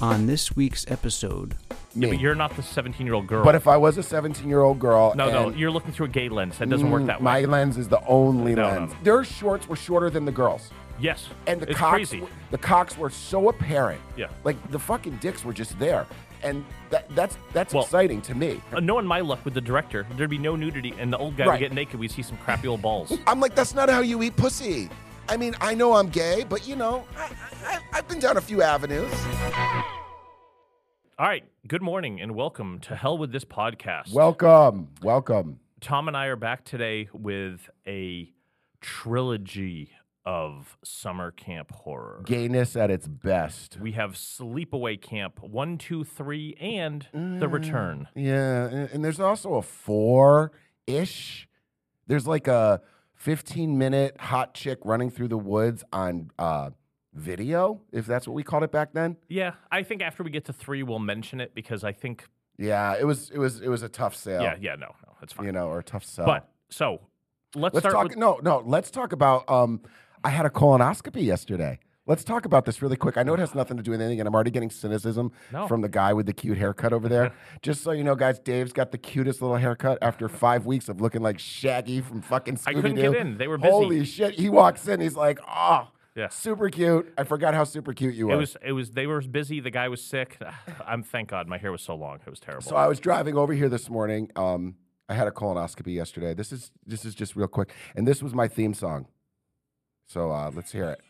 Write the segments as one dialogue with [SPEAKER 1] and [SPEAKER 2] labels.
[SPEAKER 1] on this week's episode.
[SPEAKER 2] Me.
[SPEAKER 3] But you're not the 17 year old girl.
[SPEAKER 2] But if I was a 17 year old girl,
[SPEAKER 3] no, no,
[SPEAKER 2] and- Mm,
[SPEAKER 3] you're looking through a gay lens. That doesn't work that
[SPEAKER 2] my
[SPEAKER 3] way.
[SPEAKER 2] lens is the only
[SPEAKER 3] No, no,
[SPEAKER 2] lens.
[SPEAKER 3] no.
[SPEAKER 2] Their shorts were shorter than the girls,
[SPEAKER 3] yes.
[SPEAKER 2] and the
[SPEAKER 3] it's
[SPEAKER 2] cocks,
[SPEAKER 3] crazy.
[SPEAKER 2] were- the cocks were so apparent.
[SPEAKER 3] Yeah.
[SPEAKER 2] like the fucking dicks were just there, and that, that's that's
[SPEAKER 3] Well-
[SPEAKER 2] exciting to me.
[SPEAKER 3] Uh, knowing my luck with the director, there'd be no nudity, and the old guy
[SPEAKER 2] Right.
[SPEAKER 3] would get naked. We'd see some crappy old balls.
[SPEAKER 2] I'm like, that's not how you eat pussy. I mean, I know I'm gay, but you know, I, I, I've been down a few avenues.
[SPEAKER 3] All right. Good morning, and welcome to Hell with This podcast.
[SPEAKER 2] Welcome, welcome.
[SPEAKER 3] Tom and I are back today with a trilogy of summer camp horror.
[SPEAKER 2] Gayness at its best.
[SPEAKER 3] We have Sleepaway Camp one, two, three, and The
[SPEAKER 2] Mm.
[SPEAKER 3] Return.
[SPEAKER 2] Yeah, and, and there's also a four ish. There's like a 15 minute hot chick running through the woods on uh, video, if that's what we called it back then.
[SPEAKER 3] Yeah, I think after we get to three, we'll mention it because I think.
[SPEAKER 2] Yeah, it was it was it was a tough sale.
[SPEAKER 3] Yeah, yeah, no, no, that's fine.
[SPEAKER 2] you know, or a tough sell.
[SPEAKER 3] But so let's,
[SPEAKER 2] let's
[SPEAKER 3] start
[SPEAKER 2] talk.
[SPEAKER 3] with
[SPEAKER 2] No, no, let's talk about. Um, I had a colonoscopy yesterday. Let's talk about this really quick. I know it has nothing to do with anything, and I'm already getting cynicism
[SPEAKER 3] No.
[SPEAKER 2] from the guy with the cute haircut over there. Just so you know, guys, Dave's got the cutest little haircut after five weeks of looking like Shaggy from fucking Scooby
[SPEAKER 3] I
[SPEAKER 2] Doo.
[SPEAKER 3] couldn't get in. They were busy.
[SPEAKER 2] Holy shit! He walks in. He's like, oh,
[SPEAKER 3] Yeah.
[SPEAKER 2] super cute. I forgot how super cute you
[SPEAKER 3] it
[SPEAKER 2] were.
[SPEAKER 3] was it was they were busy. The guy was sick. I'm thank God my hair was so long. It was terrible.
[SPEAKER 2] So I was driving over here this morning. Um, I had a colonoscopy yesterday. This is this is just real quick, and this was my theme song. So uh, let's hear it.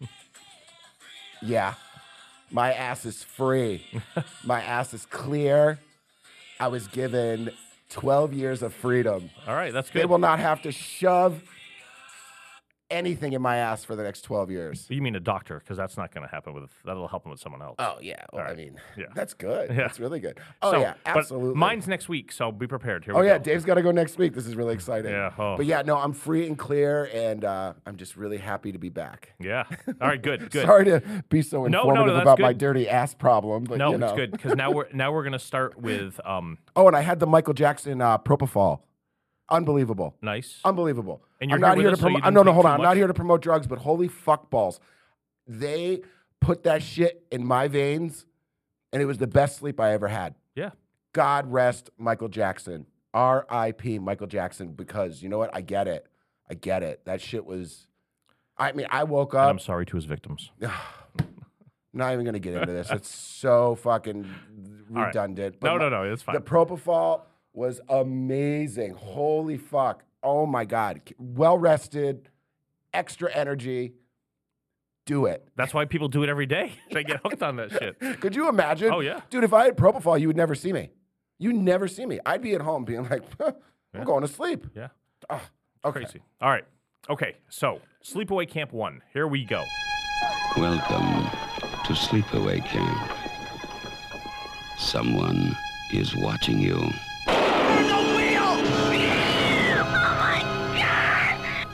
[SPEAKER 2] yeah, my ass is free. my ass is clear. I was given 12 years of freedom.
[SPEAKER 3] All right, that's
[SPEAKER 2] They
[SPEAKER 3] good.
[SPEAKER 2] will not have to shove anything in my ass for the next 12 years.
[SPEAKER 3] you mean a doctor? Because that's not going to happen with that'll help him with someone else.
[SPEAKER 2] Oh yeah, well, I
[SPEAKER 3] right.
[SPEAKER 2] mean
[SPEAKER 3] Yeah.
[SPEAKER 2] that's good.
[SPEAKER 3] Yeah.
[SPEAKER 2] That's really good. Oh
[SPEAKER 3] So,
[SPEAKER 2] yeah,
[SPEAKER 3] but
[SPEAKER 2] absolutely.
[SPEAKER 3] mine's next week, so be prepared. Here
[SPEAKER 2] Oh
[SPEAKER 3] we
[SPEAKER 2] yeah,
[SPEAKER 3] go.
[SPEAKER 2] Dave's got to go next week. This is really exciting.
[SPEAKER 3] Yeah, oh.
[SPEAKER 2] But yeah, no, I'm free and clear, and uh, I'm just really happy to be back.
[SPEAKER 3] yeah. All right, good, good.
[SPEAKER 2] Sorry to be so
[SPEAKER 3] no,
[SPEAKER 2] informative
[SPEAKER 3] that's
[SPEAKER 2] about my
[SPEAKER 3] good.
[SPEAKER 2] dirty ass problem, but
[SPEAKER 3] No,
[SPEAKER 2] you know.
[SPEAKER 3] it's good because now we're now we're going to start with um
[SPEAKER 2] Oh, and I had the Michael Jackson uh, propofol. Unbelievable.
[SPEAKER 3] nice.
[SPEAKER 2] Um, Unbelievable.
[SPEAKER 3] And you're
[SPEAKER 2] I'm not
[SPEAKER 3] here with
[SPEAKER 2] here to
[SPEAKER 3] us, so you
[SPEAKER 2] promote.
[SPEAKER 3] didn't
[SPEAKER 2] no, no,
[SPEAKER 3] take
[SPEAKER 2] hold
[SPEAKER 3] too
[SPEAKER 2] on. I'm
[SPEAKER 3] much?
[SPEAKER 2] not here to promote drugs, but holy fuck balls, they put that shit in my veins, and it was the best sleep I ever had.
[SPEAKER 3] yeah.
[SPEAKER 2] God rest Michael Jackson. R.I.P. Michael Jackson. Because you know what? I get it. I get it. That shit was. I mean, I woke
[SPEAKER 3] And
[SPEAKER 2] up.
[SPEAKER 3] I'm sorry to his victims.
[SPEAKER 2] Not even gonna get into this. It's so fucking
[SPEAKER 3] right.
[SPEAKER 2] redundant.
[SPEAKER 3] No,
[SPEAKER 2] my-
[SPEAKER 3] no, no, it's fine.
[SPEAKER 2] The propofol was amazing. Holy fuck! Oh my god! Well rested, extra energy. Do it.
[SPEAKER 3] That's why people do it every day. they get hooked on that shit.
[SPEAKER 2] Could you imagine?
[SPEAKER 3] Oh, yeah.
[SPEAKER 2] dude. If I had propofol, you would never see me. You would never see me. I'd be at home being like, I'm going to sleep.
[SPEAKER 3] Yeah.
[SPEAKER 2] Oh, okay.
[SPEAKER 3] Crazy. All right. Okay. So, Sleepaway Camp 1. Here we go.
[SPEAKER 4] Welcome to Sleepaway Camp. Someone is watching you.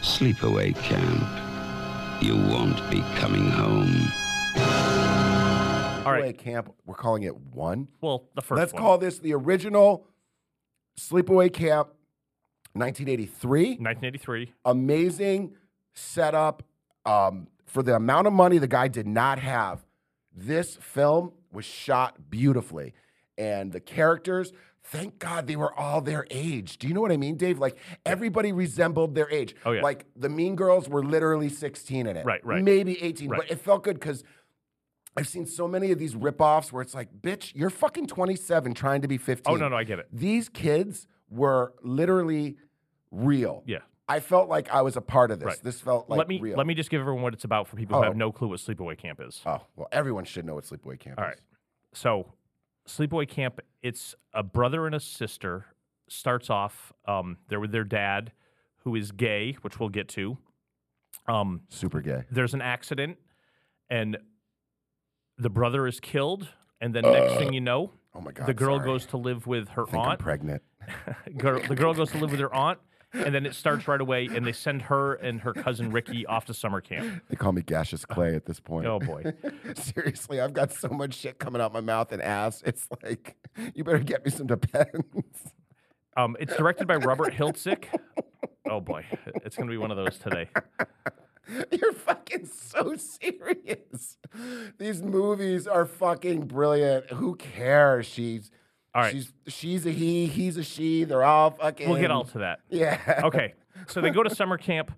[SPEAKER 4] Sleepaway Camp. You won't be coming home.
[SPEAKER 3] All right.
[SPEAKER 2] Sleepaway camp. We're calling it one.
[SPEAKER 3] Well, the 1st
[SPEAKER 2] let Let's
[SPEAKER 3] one.
[SPEAKER 2] call this the original Sleepaway Camp, 1983.
[SPEAKER 3] 1983.
[SPEAKER 2] Amazing setup. Um, for the amount of money the guy did not have, this film was shot beautifully, and the characters. Thank God they were all their age. Do you know what I mean, Dave? Like everybody resembled their age.
[SPEAKER 3] Oh, yeah.
[SPEAKER 2] Like the Mean Girls were literally 16 in it.
[SPEAKER 3] Right, right.
[SPEAKER 2] Maybe 18,
[SPEAKER 3] Right.
[SPEAKER 2] but it felt good because I've seen so many of these ripoffs where it's like, bitch, you're fucking 27 trying to be 15.
[SPEAKER 3] Oh, no, no, I get it.
[SPEAKER 2] These kids were literally real.
[SPEAKER 3] Yeah.
[SPEAKER 2] I felt like I was a part of this.
[SPEAKER 3] Right.
[SPEAKER 2] This felt like
[SPEAKER 3] let me
[SPEAKER 2] real.
[SPEAKER 3] let me just give everyone what it's about for people who have
[SPEAKER 2] Oh.
[SPEAKER 3] no clue what Sleepaway Camp is.
[SPEAKER 2] Oh, well, everyone should know what Sleepaway Camp
[SPEAKER 3] All
[SPEAKER 2] is.
[SPEAKER 3] right. So, Sleepaway Camp, it's a brother and a sister. Starts off, um, they're with their dad, who is gay, which we'll get to. Um,
[SPEAKER 2] Super gay.
[SPEAKER 3] there's an accident, and the brother is killed. And then next thing you know,
[SPEAKER 2] Oh my God.
[SPEAKER 3] the girl
[SPEAKER 2] sorry.
[SPEAKER 3] goes to live with
[SPEAKER 2] I
[SPEAKER 3] her
[SPEAKER 2] think I'm
[SPEAKER 3] aunt.
[SPEAKER 2] pregnant.
[SPEAKER 3] girl, the girl goes to live with her aunt, and then it starts right away. And they send her and her cousin Ricky off to summer camp.
[SPEAKER 2] They call me gaseous clay at this point.
[SPEAKER 3] Oh boy!
[SPEAKER 2] Seriously, I've got so much shit coming out my mouth and ass. It's like, you better get me some depends.
[SPEAKER 3] Um, it's directed by Robert Hiltzik. Oh boy, it's going to be one of those today.
[SPEAKER 2] You're fucking so serious. These movies are fucking brilliant. Who cares? She's
[SPEAKER 3] All right.
[SPEAKER 2] she's she's a he, he's a she. They're all fucking
[SPEAKER 3] We'll get all to that.
[SPEAKER 2] Yeah.
[SPEAKER 3] Okay. So they go to summer camp,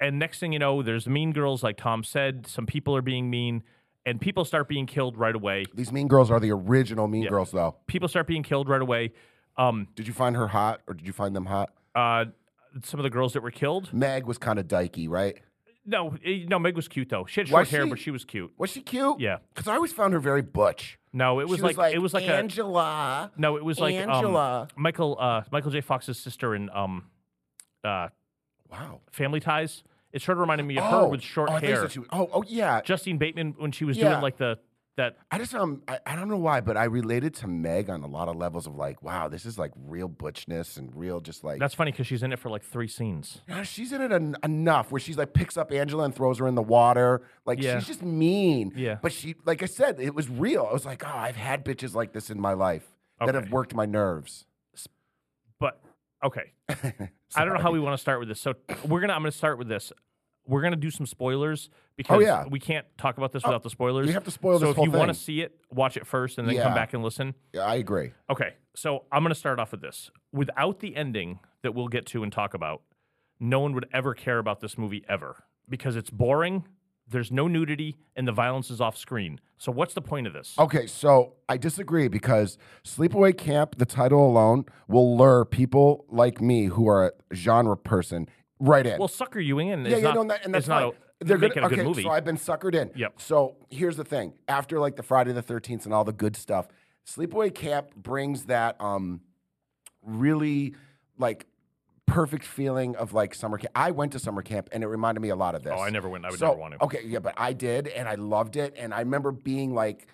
[SPEAKER 3] and next thing you know, there's mean girls, like Tom said. Some people are being mean, and people start being killed right away.
[SPEAKER 2] These mean girls are the original mean girls though.
[SPEAKER 3] People start being killed right away. Um,
[SPEAKER 2] Did you find her hot or did you find them hot?
[SPEAKER 3] uh, some of the girls that were killed.
[SPEAKER 2] Meg was kind of dykey, right?
[SPEAKER 3] No, eh, no, Meg was cute though. She had
[SPEAKER 2] Why
[SPEAKER 3] short hair,
[SPEAKER 2] she-
[SPEAKER 3] but she was cute.
[SPEAKER 2] Was she cute?
[SPEAKER 3] Yeah.
[SPEAKER 2] Because I always found her very butch.
[SPEAKER 3] No, it was,
[SPEAKER 2] she
[SPEAKER 3] like, it was like a
[SPEAKER 2] Angela.
[SPEAKER 3] no, it was like um,
[SPEAKER 2] Angela.
[SPEAKER 3] Michael uh, Michael J. Fox's sister in um, uh,
[SPEAKER 2] wow.
[SPEAKER 3] Family Ties. It sort of reminded me of her
[SPEAKER 2] oh,
[SPEAKER 3] with short
[SPEAKER 2] oh, I thought you
[SPEAKER 3] hair.
[SPEAKER 2] said she was- oh, oh yeah.
[SPEAKER 3] Justine Bateman when she was
[SPEAKER 2] Yeah.
[SPEAKER 3] doing like the that
[SPEAKER 2] I just um, I, I don't know why, but I related to Meg on a lot of levels of like, wow, this is like real butchness and real just like
[SPEAKER 3] That's funny because she's in it for like three scenes.
[SPEAKER 2] Now, she's in it en- enough where she's like picks up Angela and throws her in the water. Like
[SPEAKER 3] Yeah.
[SPEAKER 2] she's just mean.
[SPEAKER 3] Yeah.
[SPEAKER 2] But she, like I said, it was real. I was like, oh, I've had bitches like this in my life that have
[SPEAKER 3] Okay.
[SPEAKER 2] worked my nerves.
[SPEAKER 3] But okay, I don't know how we want to start with this. So we're gonna I'm gonna start with this. We're gonna do some spoilers because
[SPEAKER 2] Oh, yeah.
[SPEAKER 3] we can't talk about this without the spoilers.
[SPEAKER 2] you have to spoil
[SPEAKER 3] so
[SPEAKER 2] this
[SPEAKER 3] if
[SPEAKER 2] whole
[SPEAKER 3] you want to
[SPEAKER 2] thing.
[SPEAKER 3] see it, watch it first and then come
[SPEAKER 2] Yeah.
[SPEAKER 3] back and listen.
[SPEAKER 2] Yeah, I agree.
[SPEAKER 3] Okay, so I'm gonna start off with this. Without the ending that we'll get to and talk about, no one would ever care about this movie ever because it's boring. There's no nudity and the violence is off screen. So what's the point of this?
[SPEAKER 2] Okay, so I disagree because Sleepaway Camp, the title alone, will lure people like me who are a genre person right in.
[SPEAKER 3] Well, sucker you in.
[SPEAKER 2] yeah,
[SPEAKER 3] is
[SPEAKER 2] yeah,
[SPEAKER 3] not,
[SPEAKER 2] no, and that- and that's
[SPEAKER 3] is not
[SPEAKER 2] fine.
[SPEAKER 3] a,
[SPEAKER 2] They're
[SPEAKER 3] make
[SPEAKER 2] gonna-
[SPEAKER 3] it a
[SPEAKER 2] okay,
[SPEAKER 3] good movie.
[SPEAKER 2] So I've been suckered in.
[SPEAKER 3] Yep.
[SPEAKER 2] So here's the thing: after like the Friday the Thirteenth and all the good stuff, Sleepaway Camp brings that um, really like perfect feeling of like summer camp. I went to summer camp and it reminded me a lot of this.
[SPEAKER 3] Oh, I never went. I would
[SPEAKER 2] So-
[SPEAKER 3] never want to.
[SPEAKER 2] Okay, yeah, but I did, and I loved it, and I remember being like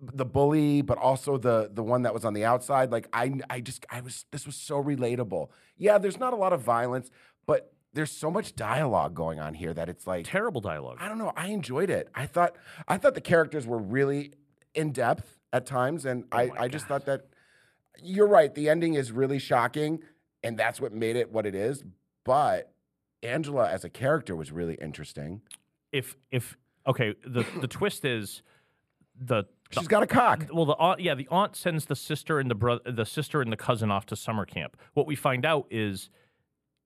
[SPEAKER 2] the bully, but also the the one that was on the outside. Like I, I just, I was. This was so relatable. Yeah, there's not a lot of violence, but there's so much dialogue going on here that it's like
[SPEAKER 3] Terrible dialogue.
[SPEAKER 2] I don't know. I enjoyed it. I thought, I thought the characters were really in depth at times, and
[SPEAKER 3] Oh
[SPEAKER 2] I, I just thought that you're right. The ending is really shocking, and that's what made it what it is. But Angela as a character was really interesting.
[SPEAKER 3] If if okay, the the twist is the, the
[SPEAKER 2] She's got a cock.
[SPEAKER 3] well the aunt yeah the aunt sends the sister and the brother the sister and the cousin off to summer camp. What we find out is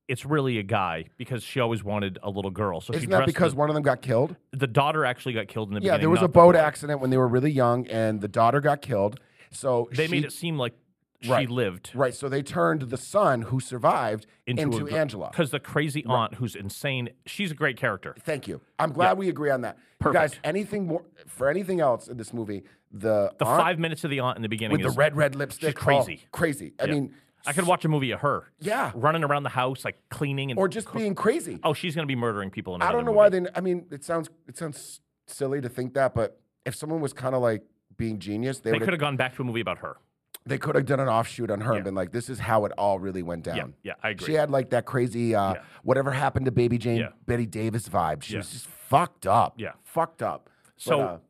[SPEAKER 3] it's really a guy because she always wanted a little girl. So she
[SPEAKER 2] Isn't that
[SPEAKER 3] dressed
[SPEAKER 2] because
[SPEAKER 3] the,
[SPEAKER 2] one of them got killed?
[SPEAKER 3] the daughter actually got killed in the
[SPEAKER 2] Yeah,
[SPEAKER 3] beginning.
[SPEAKER 2] there was a
[SPEAKER 3] not the
[SPEAKER 2] boat
[SPEAKER 3] boy.
[SPEAKER 2] accident when they were really young, and the daughter got killed. So
[SPEAKER 3] They
[SPEAKER 2] she,
[SPEAKER 3] made it seem like she
[SPEAKER 2] Right.
[SPEAKER 3] lived
[SPEAKER 2] right. So they turned the son who survived into, Angela.
[SPEAKER 3] because the crazy aunt who's insane. She's a great character.
[SPEAKER 2] Thank you. I'm glad we agree on that. You guys, anything more for anything else in this movie, the,
[SPEAKER 3] The
[SPEAKER 2] aunt
[SPEAKER 3] five minutes of the aunt in the beginning
[SPEAKER 2] with the
[SPEAKER 3] is
[SPEAKER 2] red red lipstick, oh,
[SPEAKER 3] crazy.
[SPEAKER 2] crazy. I
[SPEAKER 3] Yeah.
[SPEAKER 2] mean,
[SPEAKER 3] I could watch a movie of her.
[SPEAKER 2] Yeah.
[SPEAKER 3] Running around the house, like cleaning and
[SPEAKER 2] or just being crazy.
[SPEAKER 3] oh, she's gonna be murdering people. In
[SPEAKER 2] I don't
[SPEAKER 3] another
[SPEAKER 2] know why
[SPEAKER 3] movie.
[SPEAKER 2] they. I mean, it sounds it sounds silly to think that, but if someone was kind of like being genius, they,
[SPEAKER 3] they
[SPEAKER 2] would
[SPEAKER 3] could have gone back to a movie about her.
[SPEAKER 2] they could have done an offshoot on her and been like, "This is how it all really went down."
[SPEAKER 3] yeah, I agree.
[SPEAKER 2] She had like that crazy uh, whatever happened to Baby Jane,
[SPEAKER 3] Yeah.
[SPEAKER 2] Betty Davis vibe. She
[SPEAKER 3] Yeah.
[SPEAKER 2] was just fucked up.
[SPEAKER 3] Yeah.
[SPEAKER 2] fucked up. uh,
[SPEAKER 3] So-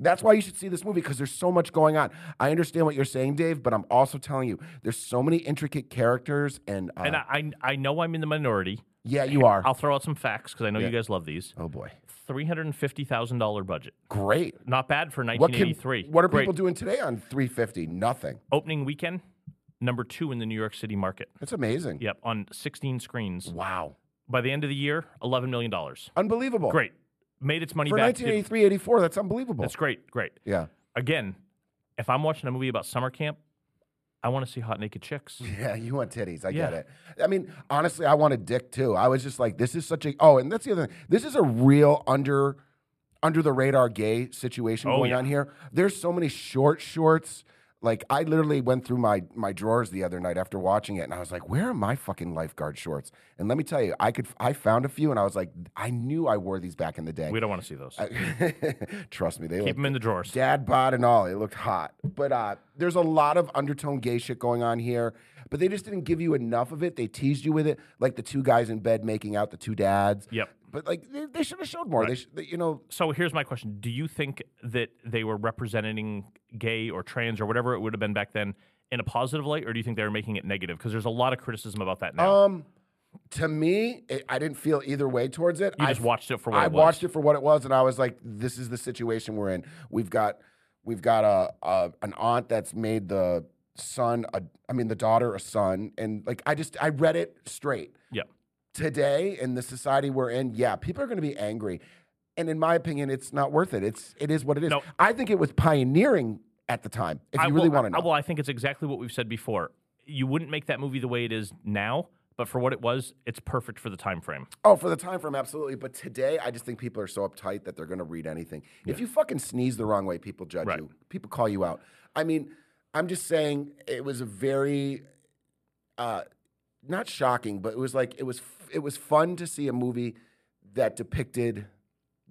[SPEAKER 2] that's why you should see this movie because there's so much going on. I understand what you're saying, Dave, but I'm also telling you there's so many intricate characters and, uh,
[SPEAKER 3] And I, I I know I'm in the minority.
[SPEAKER 2] yeah, you are.
[SPEAKER 3] I'll throw out some facts because I know you guys love these.
[SPEAKER 2] oh boy,
[SPEAKER 3] Three hundred and fifty thousand dollar budget.
[SPEAKER 2] great.
[SPEAKER 3] Not bad for
[SPEAKER 2] What can
[SPEAKER 3] 1983.
[SPEAKER 2] what are
[SPEAKER 3] Great.
[SPEAKER 2] people doing today on 350? Nothing.
[SPEAKER 3] Opening weekend, number two in the New York City market.
[SPEAKER 2] That's amazing.
[SPEAKER 3] Yep, on 16 screens.
[SPEAKER 2] Wow,
[SPEAKER 3] By the end of the year, 11 million dollars.
[SPEAKER 2] unbelievable.
[SPEAKER 3] Great, made its money
[SPEAKER 2] for
[SPEAKER 3] back. Did-
[SPEAKER 2] 1983, 84. That's unbelievable.
[SPEAKER 3] That's great, great.
[SPEAKER 2] yeah,
[SPEAKER 3] Again, if I'm watching a movie about summer camp, I want to see hot naked chicks.
[SPEAKER 2] Yeah, you want titties. I get
[SPEAKER 3] Yeah.
[SPEAKER 2] it. I mean, honestly, I want a dick too. I was just like, this is such a oh, and that's the other thing. This is a real under under the radar gay situation
[SPEAKER 3] Oh,
[SPEAKER 2] going
[SPEAKER 3] yeah.
[SPEAKER 2] on here. There's so many short shorts. Like I literally went through my my drawers the other night after watching it, and I was like, "Where are my fucking lifeguard shorts?" And let me tell you, I could I found a few, and I was like, "I knew I wore these back in the day."
[SPEAKER 3] We don't want to see those.
[SPEAKER 2] Trust me, they
[SPEAKER 3] Keep
[SPEAKER 2] look
[SPEAKER 3] them in the drawers.
[SPEAKER 2] dad bod and all. It looked hot. But uh, there's a lot of undertone gay shit going on here. But they just didn't give you enough of it. They teased you with it, like the two guys in bed making out, the two dads.
[SPEAKER 3] Yep.
[SPEAKER 2] But like they, they should have showed more. They, sh- they- you know,
[SPEAKER 3] So here's my question: Do you think that they were representing gay or trans or whatever it would have been back then in a positive light, or do you think they were making it negative? Because there's a lot of criticism about that now.
[SPEAKER 2] um, to me, it, I didn't feel either way towards it.
[SPEAKER 3] You
[SPEAKER 2] I
[SPEAKER 3] just watched it for what
[SPEAKER 2] I
[SPEAKER 3] it was.
[SPEAKER 2] watched it for what it was, and I was like, "This is the situation we're in. We've got, we've got a, a an aunt that's made the son, a, I mean, the daughter a son, and like I just I read it straight.
[SPEAKER 3] Yeah.
[SPEAKER 2] Today in the society we're in, yeah, people are going to be angry, and in my opinion, it's not worth it. It's it is what it is.
[SPEAKER 3] No.
[SPEAKER 2] I think it was pioneering at the time. If you really
[SPEAKER 3] well,
[SPEAKER 2] want to
[SPEAKER 3] I-
[SPEAKER 2] know,
[SPEAKER 3] well, I think it's exactly what we've said before. You wouldn't make that movie the way it is now, but for what it was, it's perfect for the time frame.
[SPEAKER 2] Oh, for the time frame, absolutely. But today, I just think people are so uptight that they're going to read anything. If you fucking sneeze the wrong way, people judge
[SPEAKER 3] Right.
[SPEAKER 2] you. People call you out. I mean, I'm just saying it was a very, uh, not shocking, but it was like it was f- it was fun to see a movie that depicted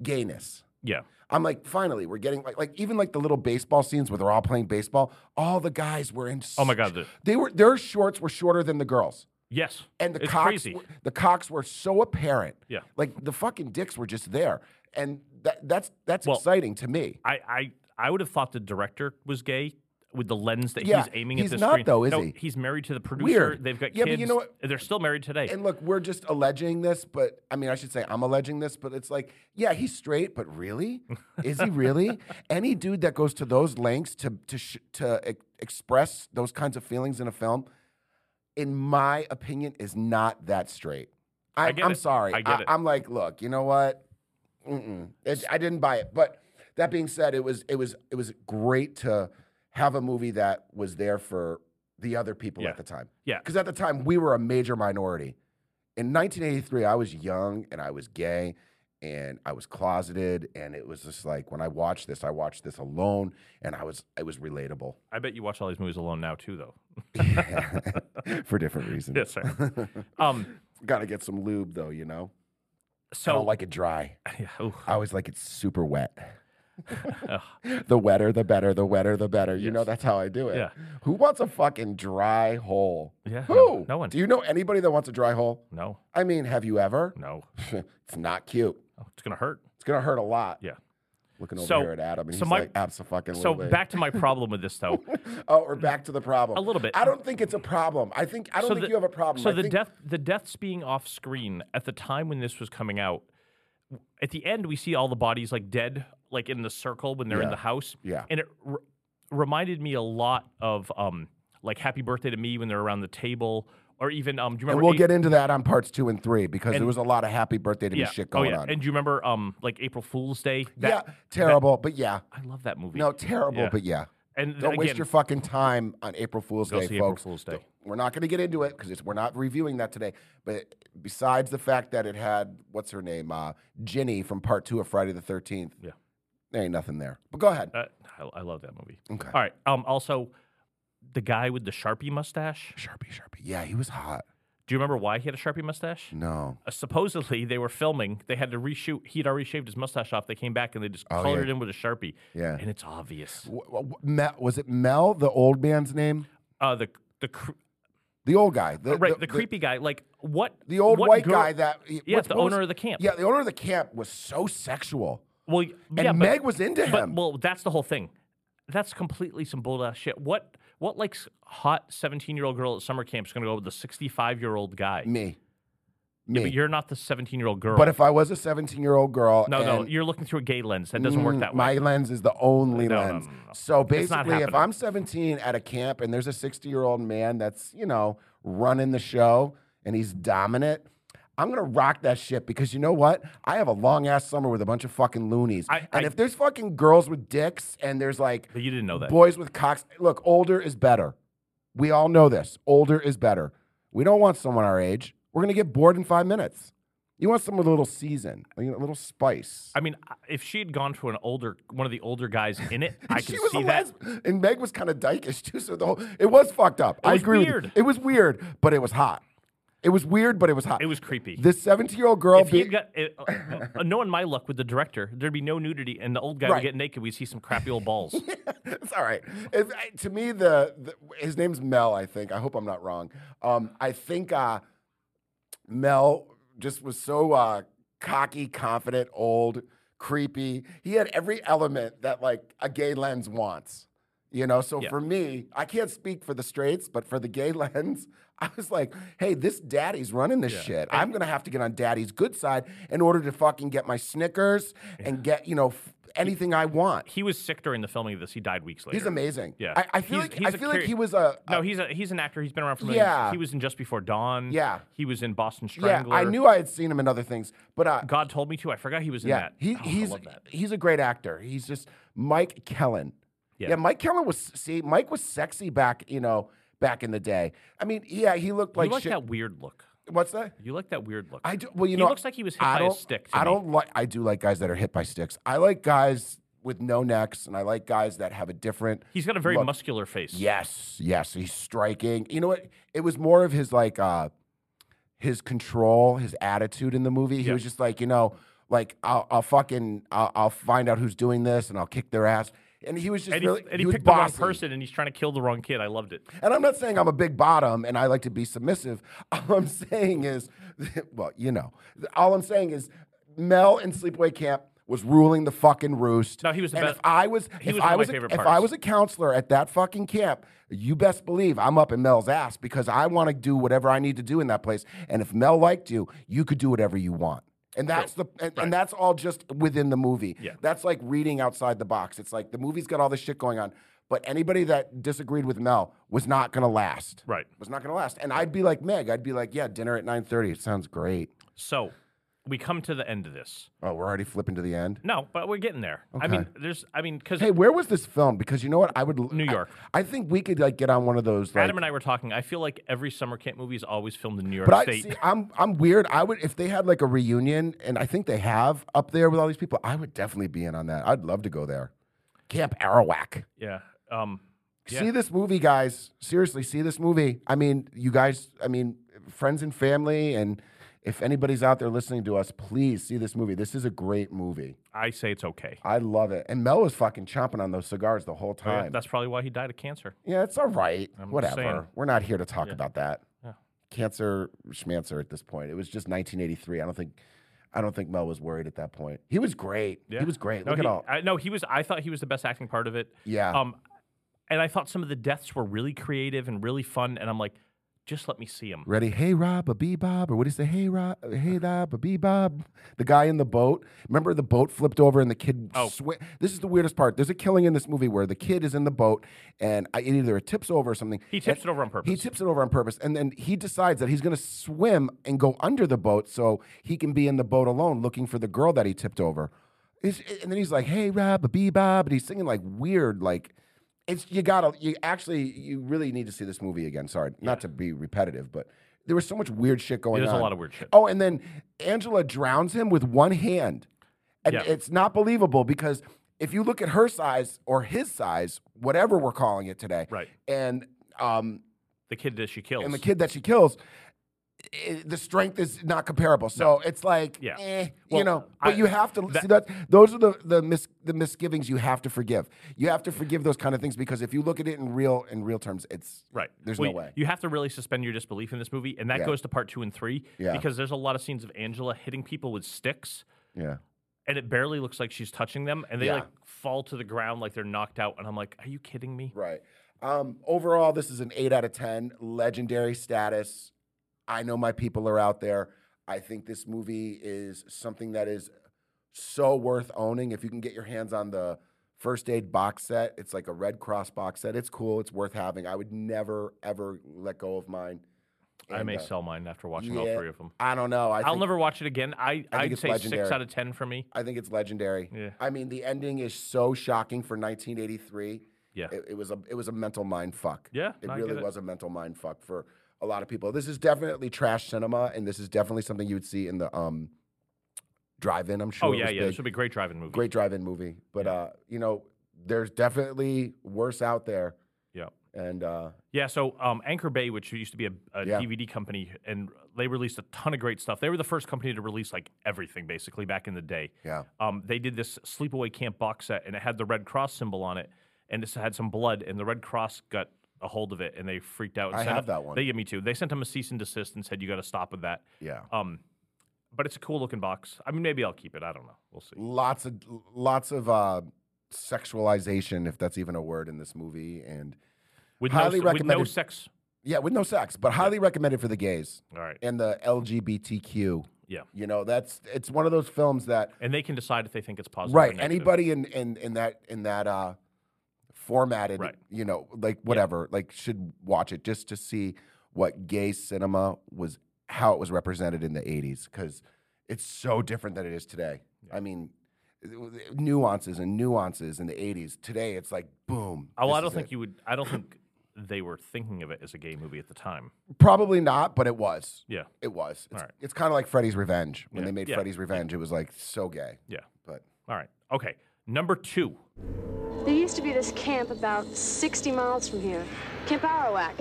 [SPEAKER 2] gayness.
[SPEAKER 3] Yeah.
[SPEAKER 2] I'm like, finally, we're getting like like even like the little baseball scenes where they're all playing baseball. All the guys were in.
[SPEAKER 3] Oh my
[SPEAKER 2] s-
[SPEAKER 3] God. The,
[SPEAKER 2] They were their shorts were shorter than the girls
[SPEAKER 3] yes.
[SPEAKER 2] and the
[SPEAKER 3] it's
[SPEAKER 2] cocks
[SPEAKER 3] crazy.
[SPEAKER 2] were- the cocks were so apparent.
[SPEAKER 3] Yeah.
[SPEAKER 2] like the fucking dicks were just there, and that that's that's
[SPEAKER 3] Well,
[SPEAKER 2] exciting to me.
[SPEAKER 3] I, I I would have thought the director was gay with the lens that
[SPEAKER 2] Yeah,
[SPEAKER 3] he's aiming
[SPEAKER 2] he's
[SPEAKER 3] at this
[SPEAKER 2] not,
[SPEAKER 3] screen.
[SPEAKER 2] though, is
[SPEAKER 3] no,
[SPEAKER 2] he?
[SPEAKER 3] He's married to the producer.
[SPEAKER 2] Weird.
[SPEAKER 3] They've got
[SPEAKER 2] Yeah, but
[SPEAKER 3] kids.
[SPEAKER 2] you know what-
[SPEAKER 3] They're still married today.
[SPEAKER 2] And look, we're just alleging this, but I mean, I should say I'm alleging this, but it's like, yeah, he's straight, but really, is he really? Any dude that goes to those lengths to to sh- to ex- express those kinds of feelings in a film, in my opinion, is not that straight. I,
[SPEAKER 3] I get
[SPEAKER 2] am
[SPEAKER 3] it.
[SPEAKER 2] sorry.
[SPEAKER 3] I get it.
[SPEAKER 2] I'm like, look, you know what? Mm-mm. It, I didn't buy it. But that being said, it was it was it was great to have a movie that was there for the other people
[SPEAKER 3] Yeah.
[SPEAKER 2] at the time.
[SPEAKER 3] Yeah.
[SPEAKER 2] Because at the time we were a major minority. In 1983, I was young and I was gay and I was closeted and it was just like when I watched this, I watched this alone and I was it was relatable
[SPEAKER 3] I bet you watch all these movies alone now too, though.
[SPEAKER 2] for different reasons.
[SPEAKER 3] Yes, sir. Um.
[SPEAKER 2] Got to get some lube though, you know. I
[SPEAKER 3] So
[SPEAKER 2] don't like it dry.
[SPEAKER 3] Yeah, ooh,
[SPEAKER 2] I always like it super wet.
[SPEAKER 3] ugh.
[SPEAKER 2] The wetter, the better. The wetter, the better. You know,
[SPEAKER 3] Yes.
[SPEAKER 2] that's how I do it.
[SPEAKER 3] Yeah.
[SPEAKER 2] Who wants a fucking dry hole?
[SPEAKER 3] Yeah,
[SPEAKER 2] Who?
[SPEAKER 3] no- no one.
[SPEAKER 2] Do you know anybody that wants a dry hole?
[SPEAKER 3] no,
[SPEAKER 2] I mean, have you ever?
[SPEAKER 3] no,
[SPEAKER 2] it's not cute.
[SPEAKER 3] Oh, it's gonna hurt.
[SPEAKER 2] It's gonna hurt a lot.
[SPEAKER 3] Yeah.
[SPEAKER 2] Looking over
[SPEAKER 3] So-
[SPEAKER 2] here at Adam, and
[SPEAKER 3] so
[SPEAKER 2] he's
[SPEAKER 3] my-
[SPEAKER 2] like, "Absolutely."
[SPEAKER 3] So back to my problem with this though.
[SPEAKER 2] Oh, we're back to the problem.
[SPEAKER 3] A little bit.
[SPEAKER 2] I don't think it's a problem. I think I don't
[SPEAKER 3] So
[SPEAKER 2] think
[SPEAKER 3] the-
[SPEAKER 2] you have a problem.
[SPEAKER 3] So
[SPEAKER 2] I
[SPEAKER 3] the
[SPEAKER 2] think-
[SPEAKER 3] death, the deaths being off screen at the time when this was coming out. At the end, we see all the bodies like dead, like in the circle when they're in
[SPEAKER 2] Yeah.
[SPEAKER 3] the house.
[SPEAKER 2] Yeah.
[SPEAKER 3] and it r reminded me a lot of um, like "Happy Birthday to Me" when they're around the table, or even um, do you remember?
[SPEAKER 2] And we'll
[SPEAKER 3] A-
[SPEAKER 2] get into that on parts two and three because there was a lot of happy birthday to
[SPEAKER 3] yeah.
[SPEAKER 2] me shit going
[SPEAKER 3] oh, yeah.
[SPEAKER 2] on.
[SPEAKER 3] And do you remember um, like April Fool's Day? That-
[SPEAKER 2] yeah, terrible, but yeah.
[SPEAKER 3] I love that movie.
[SPEAKER 2] No, terrible,
[SPEAKER 3] Yeah.
[SPEAKER 2] but yeah.
[SPEAKER 3] and
[SPEAKER 2] Don't
[SPEAKER 3] again,
[SPEAKER 2] waste your fucking time on April Fool's
[SPEAKER 3] Go
[SPEAKER 2] Day,
[SPEAKER 3] see April
[SPEAKER 2] folks.
[SPEAKER 3] Fool's Day.
[SPEAKER 2] Don't- We're not going to get into it because we're not reviewing that today. But besides the fact that it had what's her name, uh, Ginny from Part Two of Friday the Thirteenth.
[SPEAKER 3] Yeah.
[SPEAKER 2] there ain't nothing there. But go ahead.
[SPEAKER 3] Uh, I, I love that movie.
[SPEAKER 2] Okay.
[SPEAKER 3] All right. Um. Also, the guy with the sharpie mustache.
[SPEAKER 2] Sharpie, Sharpie. Yeah, he was hot.
[SPEAKER 3] Do you remember why he had a sharpie mustache?
[SPEAKER 2] No.
[SPEAKER 3] Uh, supposedly, they were filming. They had to reshoot. He'd already shaved his mustache off. They came back and they just
[SPEAKER 2] Oh, yeah.
[SPEAKER 3] colored him with a sharpie.
[SPEAKER 2] Yeah.
[SPEAKER 3] And it's obvious.
[SPEAKER 2] W- w- Mel, was it Mel, the old man's name?
[SPEAKER 3] Uh. The the cr-
[SPEAKER 2] The old guy. The,
[SPEAKER 3] Uh, right. The, creepy guy. Like what?
[SPEAKER 2] The old
[SPEAKER 3] what
[SPEAKER 2] white
[SPEAKER 3] girl-
[SPEAKER 2] guy that. he-
[SPEAKER 3] Yeah,
[SPEAKER 2] what's-
[SPEAKER 3] the
[SPEAKER 2] what was-
[SPEAKER 3] owner of the camp.
[SPEAKER 2] Yeah, the owner of the camp was so sexual.
[SPEAKER 3] Well, y-
[SPEAKER 2] And
[SPEAKER 3] yeah, but-
[SPEAKER 2] Meg was into
[SPEAKER 3] But
[SPEAKER 2] him.
[SPEAKER 3] well, that's the whole thing. That's completely some bull ass shit. What what like s- hot seventeen year old girl at summer camp is going to go with the sixty five year old guy?
[SPEAKER 2] Me. Me.
[SPEAKER 3] But you're not the seventeen year old girl.
[SPEAKER 2] But if I was a 17 year old girl,
[SPEAKER 3] no, no,
[SPEAKER 2] and-
[SPEAKER 3] you're looking through a gay lens. That doesn't work
[SPEAKER 2] Mm,
[SPEAKER 3] that way.
[SPEAKER 2] My lens is the only
[SPEAKER 3] No, no,
[SPEAKER 2] lens.
[SPEAKER 3] no, no, no.
[SPEAKER 2] So
[SPEAKER 3] It's not
[SPEAKER 2] basically, if
[SPEAKER 3] happening.
[SPEAKER 2] I'm 17 at a camp and there's a 60 year old man that's, you know, running the show and he's dominant, I'm going to rock that shit because you know what? I have a long ass summer with a bunch of fucking loonies.
[SPEAKER 3] I-
[SPEAKER 2] and
[SPEAKER 3] I-
[SPEAKER 2] if there's fucking girls with dicks and there's like
[SPEAKER 3] But you didn't know that.
[SPEAKER 2] boys with cocks, look, older is better. We all know this. Older is better. We don't want someone our age. We're going to get bored in five minutes. You want someone with a little season, a little spice.
[SPEAKER 3] I mean, I- if she had gone to an older one of the older guys in it, I
[SPEAKER 2] she
[SPEAKER 3] could
[SPEAKER 2] was
[SPEAKER 3] see
[SPEAKER 2] a
[SPEAKER 3] that.
[SPEAKER 2] lesbian, and Meg was kind of dykish too. So the whole it was fucked up. I
[SPEAKER 3] was
[SPEAKER 2] agree. With
[SPEAKER 3] weird.
[SPEAKER 2] you. It was weird, but it was hot. It was weird, but it was hot.
[SPEAKER 3] It was creepy.
[SPEAKER 2] This seventeen-year-old girl.
[SPEAKER 3] if he
[SPEAKER 2] be-
[SPEAKER 3] got it, uh, uh, knowing my luck with the director, there'd be no nudity, and the old guy
[SPEAKER 2] Right.
[SPEAKER 3] would get naked. We'd see some crappy old balls.
[SPEAKER 2] it's all right. If- I- to me, the, the his name's Mel. I think. I hope I'm not wrong. Um, I think uh, Mel just was so uh, cocky, confident, old, creepy. He had every element that like a gay lens wants. You know, so
[SPEAKER 3] Yeah.
[SPEAKER 2] for me, I can't speak for the straights, but for the gay lens, I was like, hey, this daddy's running this shit. I'm gonna have to get on daddy's good side in order to fucking get my Snickers and get, you know, f- anything I want.
[SPEAKER 3] He was sick during the filming of this. He died weeks later.
[SPEAKER 2] He's amazing.
[SPEAKER 3] Yeah.
[SPEAKER 2] I, I feel
[SPEAKER 3] He's-
[SPEAKER 2] like
[SPEAKER 3] he's
[SPEAKER 2] I
[SPEAKER 3] a
[SPEAKER 2] feel like
[SPEAKER 3] curi-
[SPEAKER 2] he was a,
[SPEAKER 3] No, he's a he's an actor. He's been around for many
[SPEAKER 2] Yeah.
[SPEAKER 3] He was in Just Before Dawn.
[SPEAKER 2] Yeah.
[SPEAKER 3] He was in Boston
[SPEAKER 2] yeah,
[SPEAKER 3] Strangler.
[SPEAKER 2] I knew I had seen him in other things, but uh,
[SPEAKER 3] God told me to. I forgot he was in
[SPEAKER 2] yeah,
[SPEAKER 3] that.
[SPEAKER 2] he,
[SPEAKER 3] Oh,
[SPEAKER 2] he's
[SPEAKER 3] I love that.
[SPEAKER 2] he's a great actor. He's just Mike Kellen.
[SPEAKER 3] Yeah.
[SPEAKER 2] Yeah. Mike Kellen was see Mike was sexy back you know back in the day. I mean, yeah, he looked like,
[SPEAKER 3] you like
[SPEAKER 2] shit.
[SPEAKER 3] that weird look.
[SPEAKER 2] What's that?
[SPEAKER 3] You like that weird look.
[SPEAKER 2] I do. Well, you
[SPEAKER 3] He
[SPEAKER 2] know,
[SPEAKER 3] looks like he was hit
[SPEAKER 2] I
[SPEAKER 3] by a
[SPEAKER 2] don't-
[SPEAKER 3] stick to
[SPEAKER 2] I
[SPEAKER 3] me.
[SPEAKER 2] don't like. I do like guys that are hit by sticks. I like guys with no necks, and I like guys that have a different.
[SPEAKER 3] He's got a very
[SPEAKER 2] look.
[SPEAKER 3] muscular face.
[SPEAKER 2] Yes, yes, he's striking. You know what? It was more of his like uh his control, his attitude in the movie. He
[SPEAKER 3] Yeah.
[SPEAKER 2] was just like, you know, like I'll, I'll fucking I'll, I'll find out who's doing this and I'll kick their ass. And he was just
[SPEAKER 3] And he,
[SPEAKER 2] really
[SPEAKER 3] and he
[SPEAKER 2] was
[SPEAKER 3] picked the wrong
[SPEAKER 2] bossy.
[SPEAKER 3] person, and he's trying to kill the wrong kid. I loved it.
[SPEAKER 2] And I'm not saying I'm a big bottom and I like to be submissive. All I'm saying is, well, you know, all I'm saying is Mel in Sleepaway Camp was ruling the fucking roost.
[SPEAKER 3] No, he was the
[SPEAKER 2] and
[SPEAKER 3] best-
[SPEAKER 2] If I was,
[SPEAKER 3] he
[SPEAKER 2] if
[SPEAKER 3] was one
[SPEAKER 2] I
[SPEAKER 3] of my
[SPEAKER 2] was, a,
[SPEAKER 3] favorite
[SPEAKER 2] if I
[SPEAKER 3] parts.
[SPEAKER 2] was a counselor at that fucking camp, you best believe I'm up in Mel's ass because I want to do whatever I need to do in that place. And if Mel liked you, you could do whatever you want. And that's the and, and that's all just within the movie.
[SPEAKER 3] Yeah.
[SPEAKER 2] That's like reading outside the box. It's like the movie's got all this shit going on, but anybody that disagreed with Mel was not going to last.
[SPEAKER 3] Right.
[SPEAKER 2] Was not going to last. And I'd be like Meg, I'd be like, "Yeah, dinner at 9:30. It sounds great."
[SPEAKER 3] So we come to the end of this.
[SPEAKER 2] Oh, we're already flipping to the end.
[SPEAKER 3] No, but we're getting there. I mean, there's. I mean, because
[SPEAKER 2] Hey, where was this filmed? Because you know what? I would
[SPEAKER 3] New York.
[SPEAKER 2] I, I think we could like get on one of those like
[SPEAKER 3] Adam and I were talking. I feel like every summer camp movie is always filmed in New York
[SPEAKER 2] But I
[SPEAKER 3] State.
[SPEAKER 2] see, I'm I'm weird. I would if they had like a reunion, and I think they have up there with all these people. I would definitely be in on that. I'd love to go there. Camp Arawak.
[SPEAKER 3] yeah. Um. Yeah.
[SPEAKER 2] See this movie, guys. Seriously, see this movie. I mean, you guys. I mean, friends and family, and if anybody's out there listening to us, please see this movie. This is a great movie.
[SPEAKER 3] I say it's okay.
[SPEAKER 2] I love it. And Mel was fucking chomping on those cigars the whole
[SPEAKER 3] Oh, yeah,
[SPEAKER 2] time.
[SPEAKER 3] That's probably why he died of cancer.
[SPEAKER 2] yeah, it's all right.
[SPEAKER 3] I'm just saying.
[SPEAKER 2] Whatever. We're not here to talk about that.
[SPEAKER 3] Yeah.
[SPEAKER 2] Cancer schmancer at this point. It was just 1983. I don't think. I don't think Mel was worried at that point. He was great.
[SPEAKER 3] Yeah.
[SPEAKER 2] He was great.
[SPEAKER 3] No,
[SPEAKER 2] Look
[SPEAKER 3] he,
[SPEAKER 2] at all.
[SPEAKER 3] I, no, he was. I thought he was the best acting part of it.
[SPEAKER 2] Yeah.
[SPEAKER 3] Um, and I thought some of the deaths were really creative and really fun. And I'm like, just let me see him.
[SPEAKER 2] Ready? Hey Rob, a bee bob, or what do you say? Hey Rob, hey Rob, a bee bob. The guy in the boat. Remember the boat flipped over and the kid.
[SPEAKER 3] Oh.
[SPEAKER 2] swi- this is the weirdest part. There's a killing in this movie where the kid is in the boat and I, it either it tips over or something.
[SPEAKER 3] He tips
[SPEAKER 2] And-
[SPEAKER 3] it over on purpose.
[SPEAKER 2] He tips it over on purpose, and then he decides that he's going to swim and go under the boat so he can be in the boat alone, looking for the girl that he tipped over. It's- and then he's like, "Hey Rob, a bee bob," and he's singing like weird, like. It's you gotta you actually you really need to see this movie again. Sorry, not to be repetitive, but there was so much weird shit going
[SPEAKER 3] There's a
[SPEAKER 2] on.
[SPEAKER 3] lot of weird shit.
[SPEAKER 2] Oh, and then Angela drowns him with one hand, and
[SPEAKER 3] Yeah.
[SPEAKER 2] it's not believable because if you look at her size or his size, whatever we're calling it today,
[SPEAKER 3] Right.
[SPEAKER 2] And um,
[SPEAKER 3] The kid that she kills.
[SPEAKER 2] and the kid that she kills, i the strength is not comparable. So it's like,
[SPEAKER 3] Yeah.
[SPEAKER 2] eh,
[SPEAKER 3] Well,
[SPEAKER 2] you know.
[SPEAKER 3] I-
[SPEAKER 2] But you have to
[SPEAKER 3] that-
[SPEAKER 2] see that. Those are the the mis, the misgivings you have to forgive. You have to forgive those kind of things because if you look at it in real in real terms, it's
[SPEAKER 3] Right.
[SPEAKER 2] There's
[SPEAKER 3] Well,
[SPEAKER 2] no
[SPEAKER 3] y-
[SPEAKER 2] way.
[SPEAKER 3] You have to really suspend your disbelief in this movie, and that
[SPEAKER 2] Yeah.
[SPEAKER 3] goes to part two and three
[SPEAKER 2] Yeah.
[SPEAKER 3] because there's a lot of scenes of Angela hitting people with sticks,
[SPEAKER 2] yeah.
[SPEAKER 3] and it barely looks like she's touching them, and they
[SPEAKER 2] Yeah.
[SPEAKER 3] like fall to the ground like they're knocked out. And I'm like, are you kidding me?
[SPEAKER 2] Right. Um, overall, this is an eight out of ten. Legendary status. I know my people are out there. I think this movie is something that is so worth owning. If you can get your hands on the first aid box set, it's like a Red Cross box set. It's cool. It's worth having. I would never ever let go of mine.
[SPEAKER 3] I
[SPEAKER 2] And,
[SPEAKER 3] may
[SPEAKER 2] uh,
[SPEAKER 3] sell mine after watching all
[SPEAKER 2] yeah,
[SPEAKER 3] three of them.
[SPEAKER 2] I don't know. I
[SPEAKER 3] I'll
[SPEAKER 2] think,
[SPEAKER 3] never watch it again. I,
[SPEAKER 2] I think
[SPEAKER 3] I'd
[SPEAKER 2] it's
[SPEAKER 3] say six
[SPEAKER 2] legendary.
[SPEAKER 3] out of ten for me.
[SPEAKER 2] I think it's legendary.
[SPEAKER 3] Yeah.
[SPEAKER 2] I mean, the ending is so shocking for 1983.
[SPEAKER 3] Yeah.
[SPEAKER 2] It, it was a it was a mental mind fuck.
[SPEAKER 3] Yeah,
[SPEAKER 2] It
[SPEAKER 3] no, I
[SPEAKER 2] really
[SPEAKER 3] get it.
[SPEAKER 2] was a mental mind fuck for a lot of people. This is definitely trash cinema, and this is definitely something you would see in the um, drive-in. I'm sure.
[SPEAKER 3] oh
[SPEAKER 2] it
[SPEAKER 3] yeah,
[SPEAKER 2] was
[SPEAKER 3] yeah.
[SPEAKER 2] big.
[SPEAKER 3] This would be a great driving movie.
[SPEAKER 2] Great drive-in movie, but uh, you know, there's definitely worse out there,
[SPEAKER 3] Yeah.
[SPEAKER 2] and uh,
[SPEAKER 3] Yeah, so um, Anchor Bay, which used to be a, a
[SPEAKER 2] Yeah.
[SPEAKER 3] DVD company, and they released a ton of great stuff. They were the first company to release like everything basically back in the day.
[SPEAKER 2] Yeah.
[SPEAKER 3] Um, they did this sleepaway camp box set, and it had the Red Cross symbol on it, and it had some blood, and the Red Cross got a hold of it, and they freaked out. And
[SPEAKER 2] I
[SPEAKER 3] sent
[SPEAKER 2] have
[SPEAKER 3] them-
[SPEAKER 2] that one.
[SPEAKER 3] They gave me two. They sent them a cease and desist and said you got to stop with that.
[SPEAKER 2] yeah,
[SPEAKER 3] Um, but it's a cool looking box. I mean, maybe I'll keep it. I don't know. We'll see.
[SPEAKER 2] lots of lots of uh, sexualization, if that's even a word in this movie, and
[SPEAKER 3] With,
[SPEAKER 2] Highly
[SPEAKER 3] no, with no
[SPEAKER 2] recommended.
[SPEAKER 3] sex.
[SPEAKER 2] yeah, with no sex, but highly recommended for the gays
[SPEAKER 3] All right.
[SPEAKER 2] and the LGBTQ.
[SPEAKER 3] Yeah.
[SPEAKER 2] You know, that's it's one of those films that
[SPEAKER 3] And they can decide if they think it's positive. or
[SPEAKER 2] right
[SPEAKER 3] negative.
[SPEAKER 2] anybody in in in that in that uh formatted
[SPEAKER 3] Right.
[SPEAKER 2] you know like whatever like should watch it just to see what gay cinema was how it was represented in the 80s cuz it's so different than it is today i mean nuances and nuances in the 80s today it's like boom
[SPEAKER 3] Oh, I
[SPEAKER 2] this
[SPEAKER 3] don't
[SPEAKER 2] is
[SPEAKER 3] think
[SPEAKER 2] it.
[SPEAKER 3] you would. I don't think they were thinking of it as a gay movie at the time.
[SPEAKER 2] probably not but it was
[SPEAKER 3] Yeah.
[SPEAKER 2] it was it's,
[SPEAKER 3] All right.
[SPEAKER 2] it's kind of like freddy's revenge when
[SPEAKER 3] Yeah.
[SPEAKER 2] they made
[SPEAKER 3] Yeah.
[SPEAKER 2] freddy's revenge it was like so gay
[SPEAKER 3] Yeah.
[SPEAKER 2] but
[SPEAKER 3] All right. Okay. Number two.
[SPEAKER 5] There used to be this camp about 60 miles from here, Camp Arawak.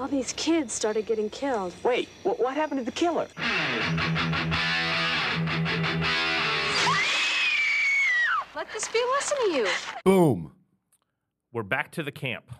[SPEAKER 5] All these kids started getting killed.
[SPEAKER 6] Wait, wh- what happened to the killer?
[SPEAKER 5] Let this be a lesson to you.
[SPEAKER 2] boom
[SPEAKER 3] We're back to the camp.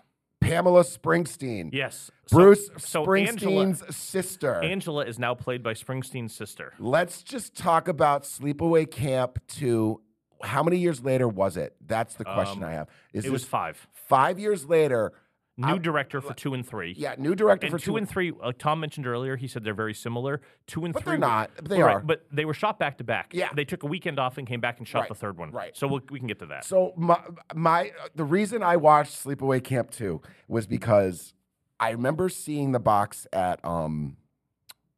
[SPEAKER 2] pamela springsteen
[SPEAKER 3] Yes. So-
[SPEAKER 2] Bruce
[SPEAKER 3] so
[SPEAKER 2] Springsteen's
[SPEAKER 3] Angela,
[SPEAKER 2] sister.
[SPEAKER 3] Angela is now played by Springsteen's sister.
[SPEAKER 2] Let's just talk about Sleepaway Camp 2. How many years later was it? That's the question
[SPEAKER 3] Um,
[SPEAKER 2] I have. Is
[SPEAKER 3] it was
[SPEAKER 2] this
[SPEAKER 3] five.
[SPEAKER 2] five years later?
[SPEAKER 3] New
[SPEAKER 2] I'm-
[SPEAKER 3] director for two and three.
[SPEAKER 2] Yeah, new director
[SPEAKER 3] And
[SPEAKER 2] for
[SPEAKER 3] two, and three, like Tom mentioned earlier, he said they're very similar. Two and
[SPEAKER 2] But
[SPEAKER 3] three,
[SPEAKER 2] they're
[SPEAKER 3] were-
[SPEAKER 2] not. But they
[SPEAKER 3] Well,
[SPEAKER 2] are.
[SPEAKER 3] Right, but they were shot back to back.
[SPEAKER 2] Yeah.
[SPEAKER 3] They took a weekend off and came back and shot
[SPEAKER 2] Right,
[SPEAKER 3] the third one.
[SPEAKER 2] right.
[SPEAKER 3] So we'll, we can get to that.
[SPEAKER 2] So my my the reason I watched Sleepaway Camp 2 was because I remember seeing the box at um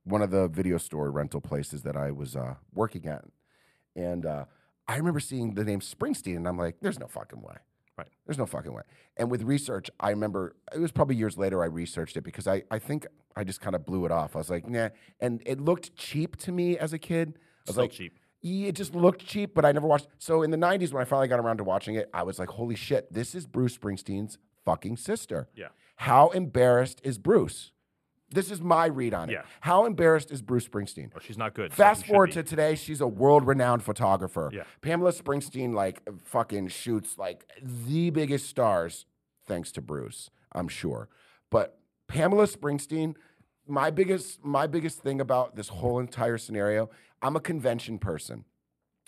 [SPEAKER 2] one of the video store rental places that I was uh, working at, and uh, I remember seeing the name Springsteen, and I'm like, "There's no fucking way."
[SPEAKER 3] Right.
[SPEAKER 2] There's no fucking way. And with research, I remember it was probably years later I researched it because I, I think I just kind of blew it off. I was like, nah. And it looked cheap to me as a kid. I was
[SPEAKER 3] Still
[SPEAKER 2] like,
[SPEAKER 3] cheap.
[SPEAKER 2] yeah, E, it just looked cheap, but I never watched. So in the '90s, when I finally got around to watching it, I was like, "Holy shit! This is Bruce Springsteen's fucking sister."
[SPEAKER 3] Yeah.
[SPEAKER 2] How embarrassed is Bruce? This is my read on it.
[SPEAKER 3] Yeah.
[SPEAKER 2] How embarrassed is Bruce Springsteen?
[SPEAKER 3] Oh, she's not good. so
[SPEAKER 2] Fast
[SPEAKER 3] she should
[SPEAKER 2] forward
[SPEAKER 3] be.
[SPEAKER 2] to today, she's a world-renowned photographer.
[SPEAKER 3] Yeah.
[SPEAKER 2] Pamela Springsteen like fucking shoots like the biggest stars thanks to Bruce, I'm sure. But Pamela Springsteen, my biggest my biggest thing about this whole entire scenario, I'm a convention person.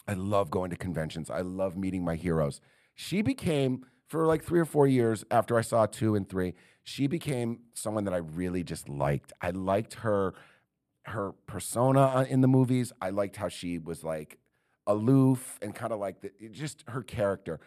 [SPEAKER 2] I love going to conventions. I love meeting my heroes. She became, for like three or four years after I saw two and three, she became someone that I really just liked. I liked her her persona on- in the movies. I liked how she was like aloof and kind of like the, it- just her character.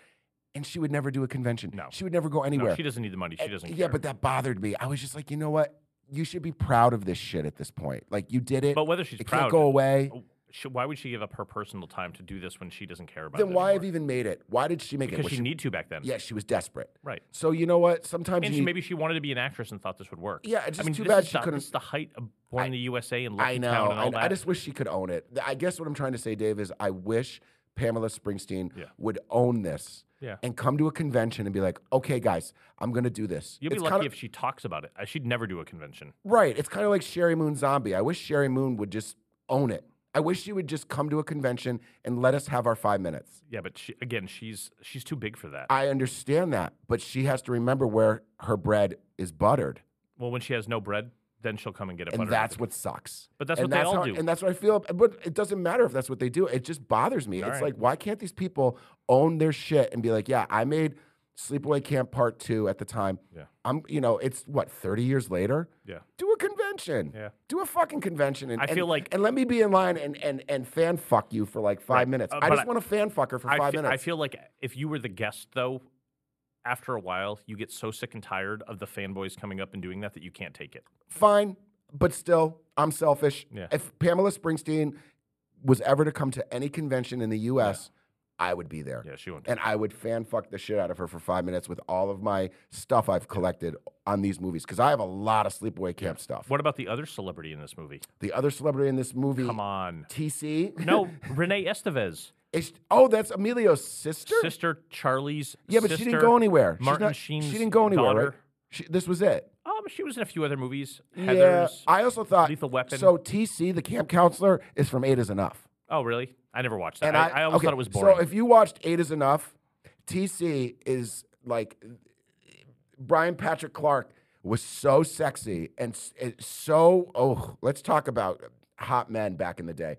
[SPEAKER 2] And she would never do a convention.
[SPEAKER 3] No.
[SPEAKER 2] She would never go anywhere.
[SPEAKER 3] No, she doesn't need the money. She
[SPEAKER 2] And-
[SPEAKER 3] doesn't.
[SPEAKER 2] Yeah,
[SPEAKER 3] care.
[SPEAKER 2] but that bothered me. I was just like, you know what? You should be proud of this shit at this point. Like you did it.
[SPEAKER 3] But whether she's
[SPEAKER 2] it
[SPEAKER 3] proud,
[SPEAKER 2] can't go away.
[SPEAKER 3] oh, sh- Why would she give up her personal time to do this when she doesn't care about it?
[SPEAKER 2] Then why have
[SPEAKER 3] anymore?
[SPEAKER 2] you even made it? Why did she make it?
[SPEAKER 3] Because
[SPEAKER 2] Was
[SPEAKER 3] she,
[SPEAKER 2] she-
[SPEAKER 3] need to back then.
[SPEAKER 2] Yeah, she was desperate.
[SPEAKER 3] Right.
[SPEAKER 2] So you know what? Sometimes
[SPEAKER 3] And
[SPEAKER 2] you
[SPEAKER 3] she,
[SPEAKER 2] need-
[SPEAKER 3] maybe she wanted to be an actress and thought this would work.
[SPEAKER 2] Yeah, it's
[SPEAKER 3] I
[SPEAKER 2] just
[SPEAKER 3] mean,
[SPEAKER 2] too
[SPEAKER 3] this
[SPEAKER 2] bad
[SPEAKER 3] is
[SPEAKER 2] she
[SPEAKER 3] the,
[SPEAKER 2] couldn't-
[SPEAKER 3] This is the height of Born in the USA and Lucky
[SPEAKER 2] I
[SPEAKER 3] Town
[SPEAKER 2] know.
[SPEAKER 3] and all
[SPEAKER 2] I,
[SPEAKER 3] that.
[SPEAKER 2] I just wish she could own it. Th- I guess what I'm trying to say, Dave, is I wish Pamela Springsteen
[SPEAKER 3] Yeah.
[SPEAKER 2] would own this
[SPEAKER 3] Yeah.
[SPEAKER 2] and come to a convention and be like, "Okay, guys, I'm gonna do this."
[SPEAKER 3] You'll be
[SPEAKER 2] It's
[SPEAKER 3] lucky
[SPEAKER 2] kinda-
[SPEAKER 3] if she talks about it. Uh, She'd never do a convention.
[SPEAKER 2] Right. It's kind of like Sherry Moon Zombie. I wish Sherry Moon would just own it. I wish she would just come to a convention and let us have our five minutes.
[SPEAKER 3] Yeah, but she, again, she's she's too big for that.
[SPEAKER 2] I understand that, but she has to remember where her bread is buttered.
[SPEAKER 3] well, when she has no bread, then she'll come and get a butter.
[SPEAKER 2] and that's what sucks.
[SPEAKER 3] But that's
[SPEAKER 2] and
[SPEAKER 3] what they all
[SPEAKER 2] how-
[SPEAKER 3] do.
[SPEAKER 2] And that's what I feel. But it doesn't matter if that's what they do. It just bothers me.
[SPEAKER 3] All
[SPEAKER 2] it's
[SPEAKER 3] right.
[SPEAKER 2] like, why can't these people own their shit and be like, yeah, I made Sleepaway Camp Part Two at the time.
[SPEAKER 3] Yeah.
[SPEAKER 2] I'm, you know, it's what thirty years later.
[SPEAKER 3] Yeah.
[SPEAKER 2] Do a convention.
[SPEAKER 3] Yeah.
[SPEAKER 2] Do a fucking convention. And,
[SPEAKER 3] I
[SPEAKER 2] and-
[SPEAKER 3] feel like-
[SPEAKER 2] and let me be in line and and and fan fuck you for like five
[SPEAKER 3] Right.
[SPEAKER 2] minutes.
[SPEAKER 3] Uh,
[SPEAKER 2] I
[SPEAKER 3] but
[SPEAKER 2] just
[SPEAKER 3] I-
[SPEAKER 2] want to fan fuck her for
[SPEAKER 3] I
[SPEAKER 2] five
[SPEAKER 3] fe- I
[SPEAKER 2] minutes.
[SPEAKER 3] feel like if you were the guest, though, after a while, you get so sick and tired of the fanboys coming up and doing that that you can't take it.
[SPEAKER 2] Fine, but still, I'm selfish.
[SPEAKER 3] Yeah.
[SPEAKER 2] If Pamela Springsteen was ever to come to any convention in the U.S., I would be there.
[SPEAKER 3] Yeah, she won't. do
[SPEAKER 2] and I would fan fuck the shit out of her for five minutes with all of my stuff I've collected on these movies because I have a lot of sleepaway camp stuff.
[SPEAKER 3] What about the other celebrity in this movie?
[SPEAKER 2] The other celebrity in this movie,
[SPEAKER 3] Come on.
[SPEAKER 2] TC.
[SPEAKER 3] No, Renee Estevez,
[SPEAKER 2] It's- oh, that's Emilio's sister.
[SPEAKER 3] sister Charlie's.
[SPEAKER 2] yeah, but she didn't
[SPEAKER 3] sister,
[SPEAKER 2] go anywhere. She's
[SPEAKER 3] Martin
[SPEAKER 2] not-
[SPEAKER 3] Sheen's
[SPEAKER 2] she didn't go anywhere.
[SPEAKER 3] daughter.
[SPEAKER 2] Right? She, this was it.
[SPEAKER 3] Um, she was in a few other movies.
[SPEAKER 2] yeah,
[SPEAKER 3] Heather's.
[SPEAKER 2] I also thought
[SPEAKER 3] Lethal Weapon.
[SPEAKER 2] So TC, the camp counselor, is from Eight Is Enough,
[SPEAKER 3] oh, really? I never watched that. I, I, always
[SPEAKER 2] okay,
[SPEAKER 3] thought it was boring.
[SPEAKER 2] So if you watched Eight Is Enough, TC is like Brian Patrick Clark was so sexy and, s- and so oh, let's talk about hot men back in the day.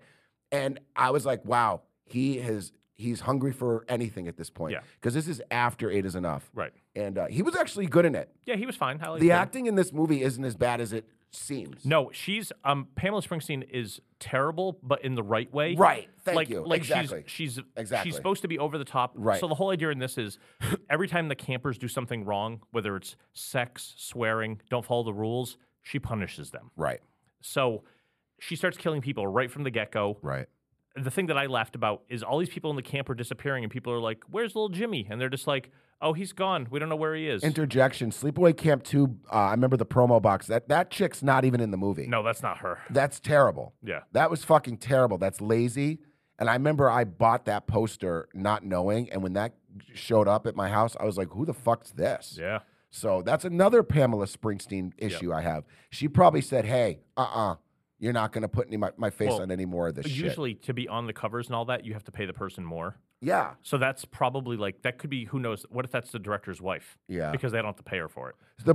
[SPEAKER 2] And I was like, wow, he has he's hungry for anything at this point.
[SPEAKER 3] Yeah.
[SPEAKER 2] Because this is after Eight is Enough.
[SPEAKER 3] Right.
[SPEAKER 2] And uh, he was actually good in it.
[SPEAKER 3] Yeah, he was fine. Highly
[SPEAKER 2] The
[SPEAKER 3] acclaimed.
[SPEAKER 2] acting in this movie isn't as bad as it seems.
[SPEAKER 3] No, she's um Pamela Springsteen is terrible, but in the right way.
[SPEAKER 2] Right. Thank
[SPEAKER 3] like,
[SPEAKER 2] you.
[SPEAKER 3] Like
[SPEAKER 2] Exactly.
[SPEAKER 3] she's she's
[SPEAKER 2] Exactly.
[SPEAKER 3] she's supposed to be over the top.
[SPEAKER 2] Right.
[SPEAKER 3] So the whole idea in this is every time the campers do something wrong, whether it's sex, swearing, don't follow the rules, she punishes them.
[SPEAKER 2] Right.
[SPEAKER 3] So she starts killing people right from the get go.
[SPEAKER 2] Right.
[SPEAKER 3] The thing that I laughed about is all these people in the camp are disappearing, and people are like, "Where's little Jimmy?" And they're just like, "Oh, he's gone. We don't know where he is."
[SPEAKER 2] Interjection. Sleepaway Camp 2, uh, I remember the promo box. That that chick's not even in the movie.
[SPEAKER 3] no, that's not her.
[SPEAKER 2] That's terrible.
[SPEAKER 3] Yeah.
[SPEAKER 2] That was fucking terrible. That's lazy. And I remember I bought that poster not knowing. And when that showed up at my house, I was like, who the fuck's this?
[SPEAKER 3] Yeah.
[SPEAKER 2] So that's another Pamela Springsteen issue I have. She probably said, hey, uh uh-uh, uh, you are not going to put any, my, my face
[SPEAKER 3] Well,
[SPEAKER 2] on any more of this shit.
[SPEAKER 3] Usually, to be on the covers and all that, you have to pay the person more.
[SPEAKER 2] Yeah.
[SPEAKER 3] So that's probably like that could be who knows what if that's the director's wife?
[SPEAKER 2] Yeah.
[SPEAKER 3] because they don't have to pay her for it.
[SPEAKER 2] The,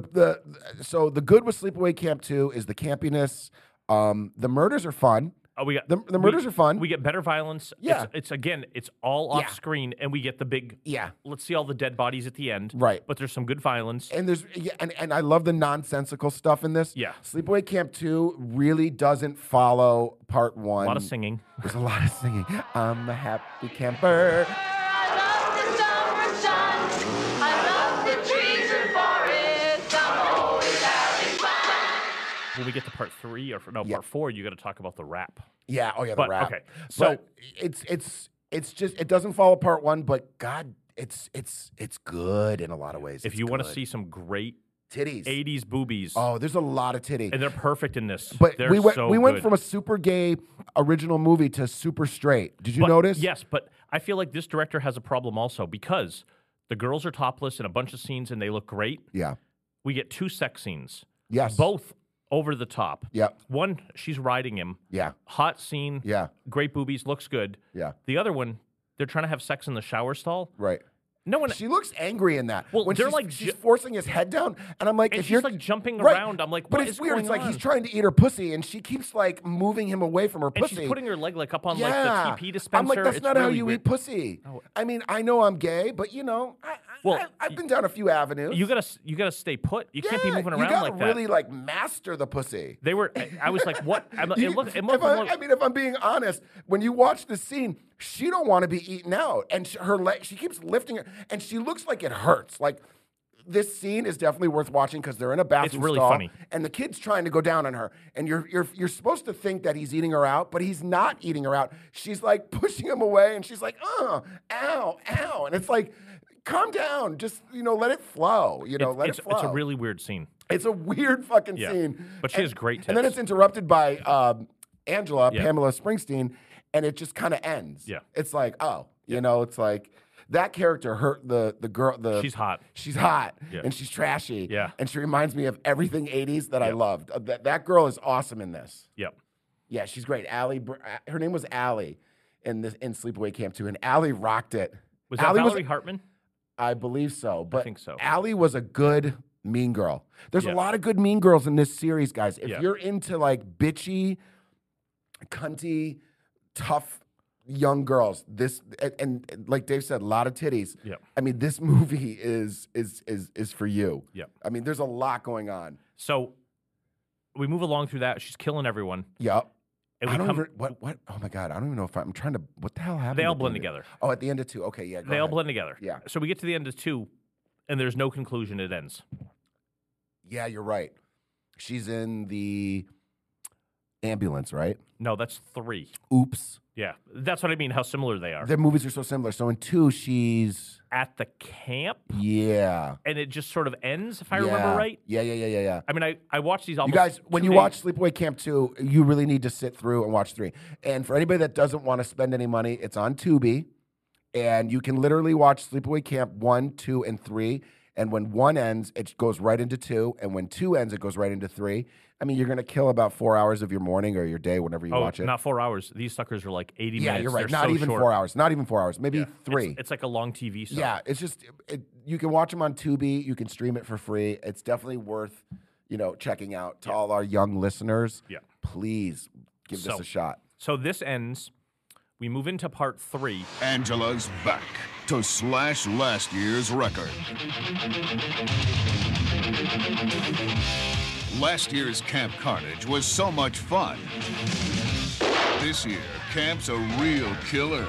[SPEAKER 2] the, so the good with Sleepaway Camp 2 is the campiness. Um, the murders are fun.
[SPEAKER 3] Oh, we got
[SPEAKER 2] The- the murders
[SPEAKER 3] we-
[SPEAKER 2] are fun.
[SPEAKER 3] We get better violence.
[SPEAKER 2] Yeah.
[SPEAKER 3] it's, it's again, it's all off
[SPEAKER 2] Yeah.
[SPEAKER 3] screen, and we get the big.
[SPEAKER 2] Yeah.
[SPEAKER 3] let's see all the dead bodies at the end.
[SPEAKER 2] Right.
[SPEAKER 3] but there's some good violence.
[SPEAKER 2] and there's yeah, and, and I love the nonsensical stuff in this.
[SPEAKER 3] Yeah.
[SPEAKER 2] Sleepaway Camp 2 really doesn't follow part 1.
[SPEAKER 3] a lot of singing.
[SPEAKER 2] There's a lot of singing. I'm a happy camper.
[SPEAKER 7] I love the summer sun. I love the trees and forests. I'm always having fun.
[SPEAKER 3] When we get to part three or no part four, you got to talk about the rap.
[SPEAKER 2] Yeah, oh yeah, the
[SPEAKER 3] But,
[SPEAKER 2] rap.
[SPEAKER 3] okay, so-
[SPEAKER 2] So it's it's it's just it doesn't follow part 1, but god, it's it's it's good in a lot of ways.
[SPEAKER 3] If
[SPEAKER 2] It's
[SPEAKER 3] you want to
[SPEAKER 2] good.
[SPEAKER 3] see some great
[SPEAKER 2] titties.
[SPEAKER 3] '80s boobies,
[SPEAKER 2] Oh, there's a lot of titty.
[SPEAKER 3] and they're perfect in this.
[SPEAKER 2] but
[SPEAKER 3] they're
[SPEAKER 2] we went
[SPEAKER 3] so
[SPEAKER 2] we went
[SPEAKER 3] good.
[SPEAKER 2] from a super gay original movie to super straight. Did you
[SPEAKER 3] But-
[SPEAKER 2] notice?
[SPEAKER 3] Yes, but I feel like this director has a problem also because the girls are topless in a bunch of scenes and they look great.
[SPEAKER 2] Yeah.
[SPEAKER 3] We get two sex scenes.
[SPEAKER 2] Yes.
[SPEAKER 3] Both over the top.
[SPEAKER 2] Yep.
[SPEAKER 3] One, she's riding him.
[SPEAKER 2] Yeah.
[SPEAKER 3] Hot scene.
[SPEAKER 2] Yeah.
[SPEAKER 3] Great boobies, looks good.
[SPEAKER 2] Yeah.
[SPEAKER 3] The other one, they're trying to have sex in the shower stall.
[SPEAKER 2] Right.
[SPEAKER 3] No one
[SPEAKER 2] She looks angry in that.
[SPEAKER 3] Well,
[SPEAKER 2] when
[SPEAKER 3] they're
[SPEAKER 2] she's,
[SPEAKER 3] like
[SPEAKER 2] she's
[SPEAKER 3] ju-
[SPEAKER 2] forcing his head down, and I'm like,
[SPEAKER 3] And
[SPEAKER 2] if
[SPEAKER 3] she's,
[SPEAKER 2] you're
[SPEAKER 3] like, jumping
[SPEAKER 2] Right.
[SPEAKER 3] around, I'm like,
[SPEAKER 2] but
[SPEAKER 3] what
[SPEAKER 2] it's
[SPEAKER 3] is
[SPEAKER 2] weird. it's
[SPEAKER 3] going
[SPEAKER 2] like he's
[SPEAKER 3] on?
[SPEAKER 2] trying to eat her pussy, and she keeps like moving him away from her
[SPEAKER 3] and
[SPEAKER 2] pussy.
[SPEAKER 3] she's putting her leg like up on
[SPEAKER 2] yeah.
[SPEAKER 3] like the TP
[SPEAKER 2] I'm
[SPEAKER 3] dispenser.
[SPEAKER 2] like, that's
[SPEAKER 3] It's
[SPEAKER 2] not how
[SPEAKER 3] really
[SPEAKER 2] you
[SPEAKER 3] weird. Oh.
[SPEAKER 2] eat pussy. I mean, I know I'm gay, but you know, I, I,
[SPEAKER 3] Well,
[SPEAKER 2] I, have been down a few avenues.
[SPEAKER 3] You gotta s- you gotta stay put. You can't be
[SPEAKER 2] Yeah,
[SPEAKER 3] moving
[SPEAKER 2] you
[SPEAKER 3] around
[SPEAKER 2] gotta
[SPEAKER 3] like that.
[SPEAKER 2] really like master the pussy.
[SPEAKER 3] they were. I, I was like, what? I'm, it
[SPEAKER 2] You-
[SPEAKER 3] looked.
[SPEAKER 2] if
[SPEAKER 3] It looked
[SPEAKER 2] I,
[SPEAKER 3] more-
[SPEAKER 2] I mean, if I'm being honest, when you watch the scene, she don't want to be eaten out, and sh her leg, she keeps lifting it, and she looks like it hurts. Like this scene is definitely worth watching because they're in a bathroom.
[SPEAKER 3] really
[SPEAKER 2] stall,
[SPEAKER 3] funny.
[SPEAKER 2] and the kid's trying to go down on her, and you're you're you're supposed to think that he's eating her out, but he's not eating her out. She's like pushing him away, and she's like, "Oh, ow, ow," and it's like. Calm down. Just you know, let it flow. You know,
[SPEAKER 3] it's,
[SPEAKER 2] let
[SPEAKER 3] it's,
[SPEAKER 2] it flow.
[SPEAKER 3] it's a really weird scene.
[SPEAKER 2] It's a weird fucking
[SPEAKER 3] Yeah.
[SPEAKER 2] scene.
[SPEAKER 3] But she
[SPEAKER 2] And-
[SPEAKER 3] has great
[SPEAKER 2] And then
[SPEAKER 3] tits.
[SPEAKER 2] it's interrupted by um, Angela,
[SPEAKER 3] Yeah.
[SPEAKER 2] Pamela Springsteen, and it just kind of ends.
[SPEAKER 3] Yeah.
[SPEAKER 2] It's like, oh, you know, it's like that character hurt the the girl the
[SPEAKER 3] She's hot.
[SPEAKER 2] She's hot
[SPEAKER 3] Yeah.
[SPEAKER 2] and she's trashy.
[SPEAKER 3] Yeah.
[SPEAKER 2] And she reminds me of everything 80s that I loved. Uh, that that girl is awesome in this.
[SPEAKER 3] Yep.
[SPEAKER 2] Yeah, she's great. Allie Br- uh, her name was Allie in this in Sleepaway Camp 2 and Allie rocked it.
[SPEAKER 3] Was that
[SPEAKER 2] Allie
[SPEAKER 3] Valerie Hartman?
[SPEAKER 2] I believe so. But
[SPEAKER 3] think so.
[SPEAKER 2] Allie was a good mean girl. There's a
[SPEAKER 3] Yeah.
[SPEAKER 2] lot of good mean girls in this series, guys. If
[SPEAKER 3] Yeah.
[SPEAKER 2] you're into like bitchy, cunty, tough young girls, this and, and, and like Dave said, a lot of titties.
[SPEAKER 3] Yeah.
[SPEAKER 2] I mean, this movie is is is is for you.
[SPEAKER 3] Yeah.
[SPEAKER 2] I mean, there's a lot going on.
[SPEAKER 3] So we move along through that. She's killing everyone.
[SPEAKER 2] Yep.
[SPEAKER 3] And
[SPEAKER 2] I
[SPEAKER 3] we
[SPEAKER 2] don't
[SPEAKER 3] come,
[SPEAKER 2] even, what what oh my god, I don't even know if I, am trying to what the hell happened?
[SPEAKER 3] They
[SPEAKER 2] at
[SPEAKER 3] all
[SPEAKER 2] the
[SPEAKER 3] blend
[SPEAKER 2] end of-
[SPEAKER 3] together.
[SPEAKER 2] Oh, at the end of two. Okay, yeah. go
[SPEAKER 3] they all
[SPEAKER 2] ahead.
[SPEAKER 3] blend together.
[SPEAKER 2] Yeah.
[SPEAKER 3] So we get to the end of two, and there's no conclusion. It ends.
[SPEAKER 2] Yeah, you're right. She's in the ambulance, right?
[SPEAKER 3] No, that's three.
[SPEAKER 2] Oops.
[SPEAKER 3] Yeah. That's what I mean, how similar they are.
[SPEAKER 2] Their movies are so similar. So in two, she's
[SPEAKER 3] At the camp,
[SPEAKER 2] yeah.
[SPEAKER 3] and it just sort of ends, if I
[SPEAKER 2] yeah.
[SPEAKER 3] remember right.
[SPEAKER 2] Yeah, yeah, yeah, yeah, yeah.
[SPEAKER 3] I mean, I, I watched these
[SPEAKER 2] You
[SPEAKER 3] almost.
[SPEAKER 2] guys, when
[SPEAKER 3] two
[SPEAKER 2] you
[SPEAKER 3] days-
[SPEAKER 2] watch Sleepaway Camp 2, you really need to sit through and watch 3. And for anybody that doesn't want to spend any money, it's on Tubi. And you can literally watch Sleepaway Camp 1, 2, and 3. And when 1 ends, it goes right into 2. And when 2 ends, it goes right into 3. I mean, you're going to kill about four hours of your morning or your day whenever you
[SPEAKER 3] oh,
[SPEAKER 2] watch it.
[SPEAKER 3] not four hours. These suckers are like 80
[SPEAKER 2] yeah,
[SPEAKER 3] minutes.
[SPEAKER 2] you're right.
[SPEAKER 3] They're
[SPEAKER 2] Not
[SPEAKER 3] so
[SPEAKER 2] even
[SPEAKER 3] short.
[SPEAKER 2] four hours. Not even four hours. Maybe
[SPEAKER 3] Yeah.
[SPEAKER 2] three.
[SPEAKER 3] It's, it's like a long TV show.
[SPEAKER 2] Yeah, it's just it, you can watch them on Tubi. You can stream it for free. It's definitely worth you know checking out to all our young listeners.
[SPEAKER 3] Yeah.
[SPEAKER 2] please give
[SPEAKER 3] So-
[SPEAKER 2] this a shot.
[SPEAKER 3] So this ends We move into part three.
[SPEAKER 8] Angela's back to slash last year's record. Last year's Camp Carnage was so much fun. This year, Camp's a real killer.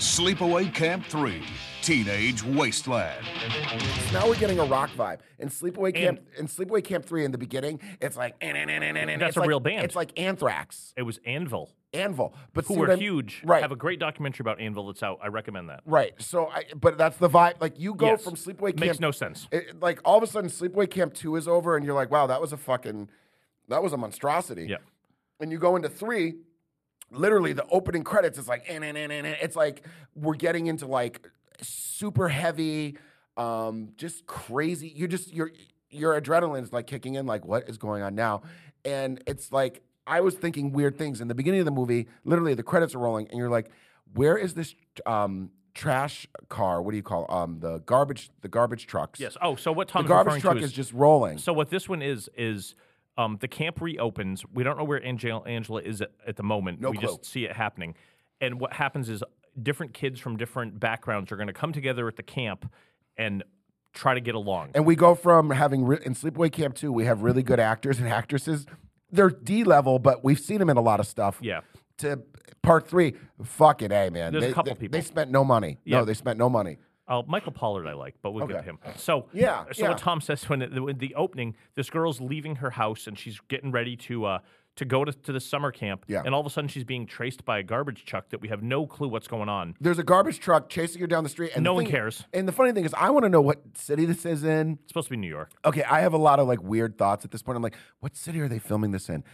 [SPEAKER 8] Sleepaway Camp 3 Teenage Wasteland.
[SPEAKER 2] Now we're getting a rock vibe. In Sleepaway
[SPEAKER 3] And-
[SPEAKER 2] Camp, in Sleepaway Camp three, in the beginning, it's like that's
[SPEAKER 3] That's a real band.
[SPEAKER 2] It's like Anthrax,
[SPEAKER 3] It was Anvil,
[SPEAKER 2] Anvil, but see
[SPEAKER 3] who
[SPEAKER 2] what
[SPEAKER 3] were
[SPEAKER 2] I'm-
[SPEAKER 3] huge.
[SPEAKER 2] Right,
[SPEAKER 3] Have a great documentary about Anvil that's out. I recommend that.
[SPEAKER 2] right. So, I, but that's the vibe. Like you go
[SPEAKER 3] Yes.
[SPEAKER 2] from Sleepaway Camp,
[SPEAKER 3] Makes no sense.
[SPEAKER 2] It, like all of a sudden, Sleepaway Camp two is over, and you're like, wow, that was a fucking, that was a monstrosity.
[SPEAKER 3] Yeah.
[SPEAKER 2] and you go into three, literally the opening credits is like, "Eh, nah, nah, nah, nah." it's like we're getting into like super heavy, um, just crazy. You just your your adrenaline is like kicking in, like what is going on now? And it's like I was thinking weird things in the beginning of the movie. Literally, the credits are rolling, and you're like, where is this? Um, trash car what do you call um the garbage the garbage trucks
[SPEAKER 3] Yes. Oh, so what
[SPEAKER 2] the
[SPEAKER 3] Tom's
[SPEAKER 2] garbage
[SPEAKER 3] referring
[SPEAKER 2] truck
[SPEAKER 3] to
[SPEAKER 2] is just rolling
[SPEAKER 3] So what this one is is um, the camp reopens. We don't know where Angel- Angela is at, at the moment.
[SPEAKER 2] No
[SPEAKER 3] we
[SPEAKER 2] clue.
[SPEAKER 3] just see it happening. And what happens is different kids from different backgrounds are going to come together at the camp and try to get along.
[SPEAKER 2] And we go from having re- in Sleepaway Camp 2, we have really good actors and actresses. They're D level, but we've seen them in a lot of stuff.
[SPEAKER 3] yeah.
[SPEAKER 2] To part three, fucking A, man.
[SPEAKER 3] There's a
[SPEAKER 2] they,
[SPEAKER 3] couple
[SPEAKER 2] they,
[SPEAKER 3] people.
[SPEAKER 2] They spent no money.
[SPEAKER 3] Yeah.
[SPEAKER 2] No, they spent no money.
[SPEAKER 3] Uh, Michael Pollard, I like, but we'll get
[SPEAKER 2] Okay.
[SPEAKER 3] to him. So
[SPEAKER 2] Yeah,
[SPEAKER 3] So
[SPEAKER 2] yeah.
[SPEAKER 3] what Tom says when the, when the opening, this girl's leaving her house and she's getting ready to uh, to go to, to the summer camp.
[SPEAKER 2] Yeah.
[SPEAKER 3] And all of a sudden she's being traced by a garbage truck that we have no clue what's going on.
[SPEAKER 2] There's a garbage truck chasing her down the street. And the
[SPEAKER 3] No one
[SPEAKER 2] thing-
[SPEAKER 3] cares.
[SPEAKER 2] And the funny thing is, I want to know what city this is in.
[SPEAKER 3] It's supposed to be New York.
[SPEAKER 2] Okay, I have a lot of like weird thoughts at this point. I'm like, what city are they filming this in?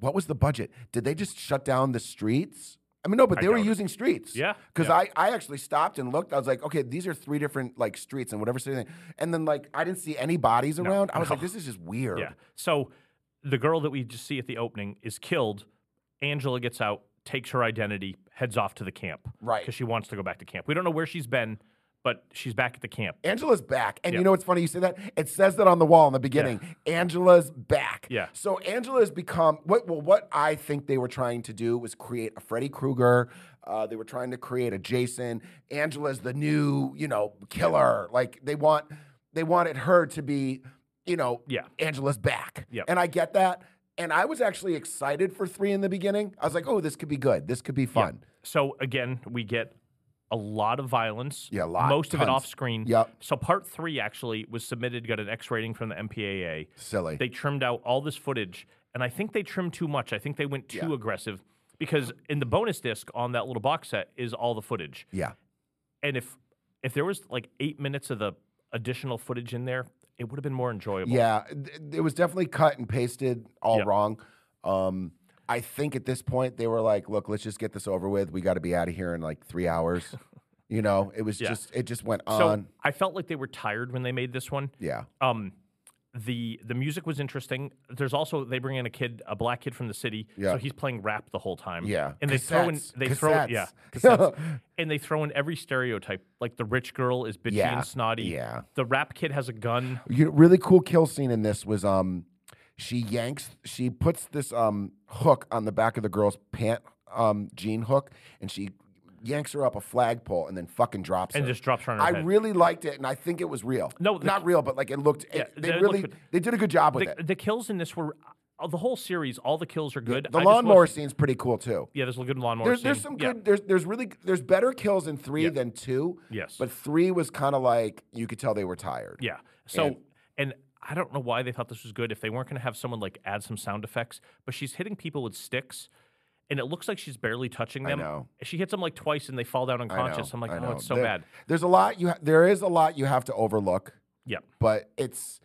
[SPEAKER 2] What was the budget? Did they just shut down the streets? I mean, no, but
[SPEAKER 3] I
[SPEAKER 2] they were
[SPEAKER 3] doubt it.
[SPEAKER 2] using streets.
[SPEAKER 3] Yeah,
[SPEAKER 2] Because
[SPEAKER 3] yeah.
[SPEAKER 2] I, I actually stopped and looked. I was like, okay, these are three different like streets and whatever city. they- And then like I didn't see any bodies around. I was like, this is just weird.
[SPEAKER 3] Yeah. So the girl that we just see at the opening is killed. Angela gets out, takes her identity, heads off to the camp.
[SPEAKER 2] Right.
[SPEAKER 3] Because she wants to go back to camp. We don't know where she's been, but she's back at the camp.
[SPEAKER 2] Angela's back. And
[SPEAKER 3] Yeah.
[SPEAKER 2] you know what's funny? You say that? It says that on the wall in the beginning. Angela's back.
[SPEAKER 3] Yeah.
[SPEAKER 2] So Angela has become what well, what I think they were trying to do was create a Freddy Krueger. Uh, they were trying to create a Jason. Angela's the new, you know, killer. Like they want they wanted her to be, you know,
[SPEAKER 3] Yeah.
[SPEAKER 2] Angela's back.
[SPEAKER 3] Yep.
[SPEAKER 2] And I get that. And I was actually excited for three in the beginning. I was like, oh, this could be good. This could be fun.
[SPEAKER 3] So again, we get a lot of violence.
[SPEAKER 2] Yeah, a lot,
[SPEAKER 3] Most of it
[SPEAKER 2] tons.
[SPEAKER 3] off screen.
[SPEAKER 2] Yep.
[SPEAKER 3] So part three actually was submitted, got an X rating from the MPAA.
[SPEAKER 2] Silly.
[SPEAKER 3] They trimmed out all this footage, and I think they trimmed too much. I think they went too
[SPEAKER 2] Yeah.
[SPEAKER 3] aggressive because in the bonus disc on that little box set is all the footage.
[SPEAKER 2] yeah.
[SPEAKER 3] and if if there was like eight minutes of the additional footage in there, it would have been more enjoyable.
[SPEAKER 2] Yeah, th- it was definitely cut and pasted all
[SPEAKER 3] Yeah.
[SPEAKER 2] wrong. Um, I think at this point they were like, "Look, let's just get this over with. We got to be out of here in like three hours." you know, it was
[SPEAKER 3] Yeah.
[SPEAKER 2] just it just went
[SPEAKER 3] So
[SPEAKER 2] on.
[SPEAKER 3] I felt like they were tired when they made this one.
[SPEAKER 2] yeah,
[SPEAKER 3] Um, the the music was interesting. There's also they bring in a kid, a black kid from the city.
[SPEAKER 2] Yeah.
[SPEAKER 3] So he's playing rap the whole time.
[SPEAKER 2] Yeah.
[SPEAKER 3] And they throw in
[SPEAKER 2] Cassettes.
[SPEAKER 3] they throw yeah
[SPEAKER 2] Cassettes.
[SPEAKER 3] cassettes. and they throw in every stereotype. Like the rich girl is bitchy
[SPEAKER 2] Yeah,
[SPEAKER 3] and snotty.
[SPEAKER 2] yeah.
[SPEAKER 3] The rap kid has a gun.
[SPEAKER 2] you, really cool kill scene in this was um, she yanks, she puts this um hook on the back of the girl's pant um jean hook, and she yanks her up a flagpole and then fucking drops
[SPEAKER 3] And
[SPEAKER 2] her.
[SPEAKER 3] just drops her on her
[SPEAKER 2] I
[SPEAKER 3] head.
[SPEAKER 2] really liked it, and I think it was real.
[SPEAKER 3] No, the-
[SPEAKER 2] not real, but like it looked. it-
[SPEAKER 3] Yeah,
[SPEAKER 2] they
[SPEAKER 3] that looked
[SPEAKER 2] really
[SPEAKER 3] good.
[SPEAKER 2] they did a good job with
[SPEAKER 3] The,
[SPEAKER 2] it.
[SPEAKER 3] the kills in this were uh, the whole series. All the kills are good.
[SPEAKER 2] The
[SPEAKER 3] I just
[SPEAKER 2] lawnmower
[SPEAKER 3] wish-
[SPEAKER 2] scene's pretty cool too.
[SPEAKER 3] Yeah, there's a good lawnmower.
[SPEAKER 2] There's, there's
[SPEAKER 3] scene.
[SPEAKER 2] some
[SPEAKER 3] Yeah.
[SPEAKER 2] good. There's there's really there's better kills in three than two.
[SPEAKER 3] Yes.
[SPEAKER 2] but three was kind of like you could tell they were tired.
[SPEAKER 3] Yeah. So
[SPEAKER 2] And-
[SPEAKER 3] and, I don't know why they thought this was good if they weren't going to have someone like add some sound effects, but she's hitting people with sticks and it looks like she's barely touching them.
[SPEAKER 2] know.
[SPEAKER 3] She hits them like twice and they fall down
[SPEAKER 2] I know,
[SPEAKER 3] unconscious. I'm like,
[SPEAKER 2] I
[SPEAKER 3] "Oh,
[SPEAKER 2] know.
[SPEAKER 3] it's so
[SPEAKER 2] There-
[SPEAKER 3] bad."
[SPEAKER 2] There's a lot you ha- there is a lot you have to overlook,
[SPEAKER 3] Yeah.
[SPEAKER 2] but it's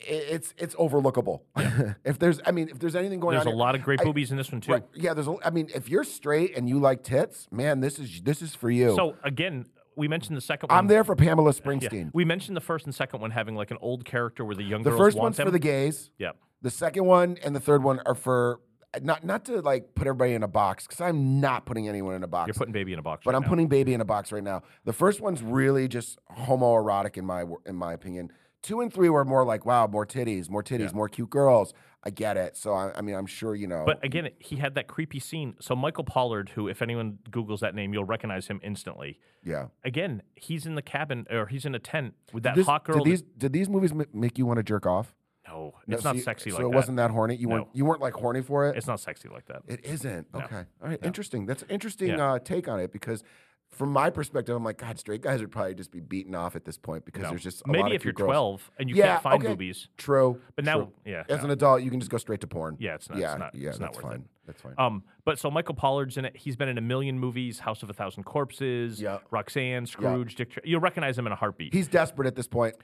[SPEAKER 2] i- it's it's overlookable. if there's I mean if there's anything going
[SPEAKER 3] There's
[SPEAKER 2] on,
[SPEAKER 3] a
[SPEAKER 2] here-
[SPEAKER 3] lot of great
[SPEAKER 2] I-
[SPEAKER 3] boobies in this one too.
[SPEAKER 2] Right, yeah, there's a, I mean if you're straight and you like tits, man, this is this is for you.
[SPEAKER 3] So again, we mentioned the second one.
[SPEAKER 2] I'm there for Pamela
[SPEAKER 3] Um, Yeah.
[SPEAKER 2] Springsteen.
[SPEAKER 3] We mentioned the first and second one having like an old character where the young
[SPEAKER 2] the
[SPEAKER 3] girls
[SPEAKER 2] first
[SPEAKER 3] want
[SPEAKER 2] one's
[SPEAKER 3] them.
[SPEAKER 2] for the gays.
[SPEAKER 3] yeah.
[SPEAKER 2] The second one and the third one are for not not to like put everybody in a box because I'm not putting anyone in a box.
[SPEAKER 3] You're putting baby in a box.
[SPEAKER 2] but
[SPEAKER 3] right
[SPEAKER 2] I'm
[SPEAKER 3] now.
[SPEAKER 2] putting baby in a box right now. The first one's really just homoerotic in my wor- in my opinion. Two and three were more like wow, more titties, more titties, more cute girls. I get it. So I, I mean, I'm sure you know.
[SPEAKER 3] But again, he had that creepy scene. So Michael Pollard, who, if anyone Googles that name, you'll recognize him instantly.
[SPEAKER 2] yeah.
[SPEAKER 3] Again, he's in the cabin or he's in a tent with that
[SPEAKER 2] This-
[SPEAKER 3] hot girl.
[SPEAKER 2] Did
[SPEAKER 3] that-
[SPEAKER 2] these did these movies ma- make you want to jerk off?
[SPEAKER 3] no,
[SPEAKER 2] No,
[SPEAKER 3] it's
[SPEAKER 2] so
[SPEAKER 3] not
[SPEAKER 2] you-
[SPEAKER 3] sexy
[SPEAKER 2] so
[SPEAKER 3] like
[SPEAKER 2] it
[SPEAKER 3] that.
[SPEAKER 2] wasn't that horny. You weren't
[SPEAKER 3] No.
[SPEAKER 2] you weren't like horny for it.
[SPEAKER 3] It's not sexy like that.
[SPEAKER 2] It isn't. Okay. All right. Interesting. That's an interesting
[SPEAKER 3] Yeah.
[SPEAKER 2] uh, take on it because from my perspective, I'm like, God, straight guys would probably just be beaten off at this point because
[SPEAKER 3] No.
[SPEAKER 2] there's just a lot
[SPEAKER 3] Maybe
[SPEAKER 2] of
[SPEAKER 3] if you're
[SPEAKER 2] cute girls.
[SPEAKER 3] 12 and you
[SPEAKER 2] Yeah,
[SPEAKER 3] can't find
[SPEAKER 2] okay.
[SPEAKER 3] movies.
[SPEAKER 2] True.
[SPEAKER 3] But now-
[SPEAKER 2] true.
[SPEAKER 3] yeah,
[SPEAKER 2] As
[SPEAKER 3] no.
[SPEAKER 2] an adult, you can just go straight to porn.
[SPEAKER 3] Yeah, it's not- it's
[SPEAKER 2] Yeah,
[SPEAKER 3] not-
[SPEAKER 2] yeah,
[SPEAKER 3] it's not
[SPEAKER 2] that's
[SPEAKER 3] worth it.
[SPEAKER 2] fine. That's fine.
[SPEAKER 3] Um, but so Michael Pollard's in it. He's been in a million movies: House of a Thousand Corpses,
[SPEAKER 2] Yeah.
[SPEAKER 3] Roxanne, Scrooge, Dick. Tra- You'll recognize him in a heartbeat.
[SPEAKER 2] He's desperate at this point.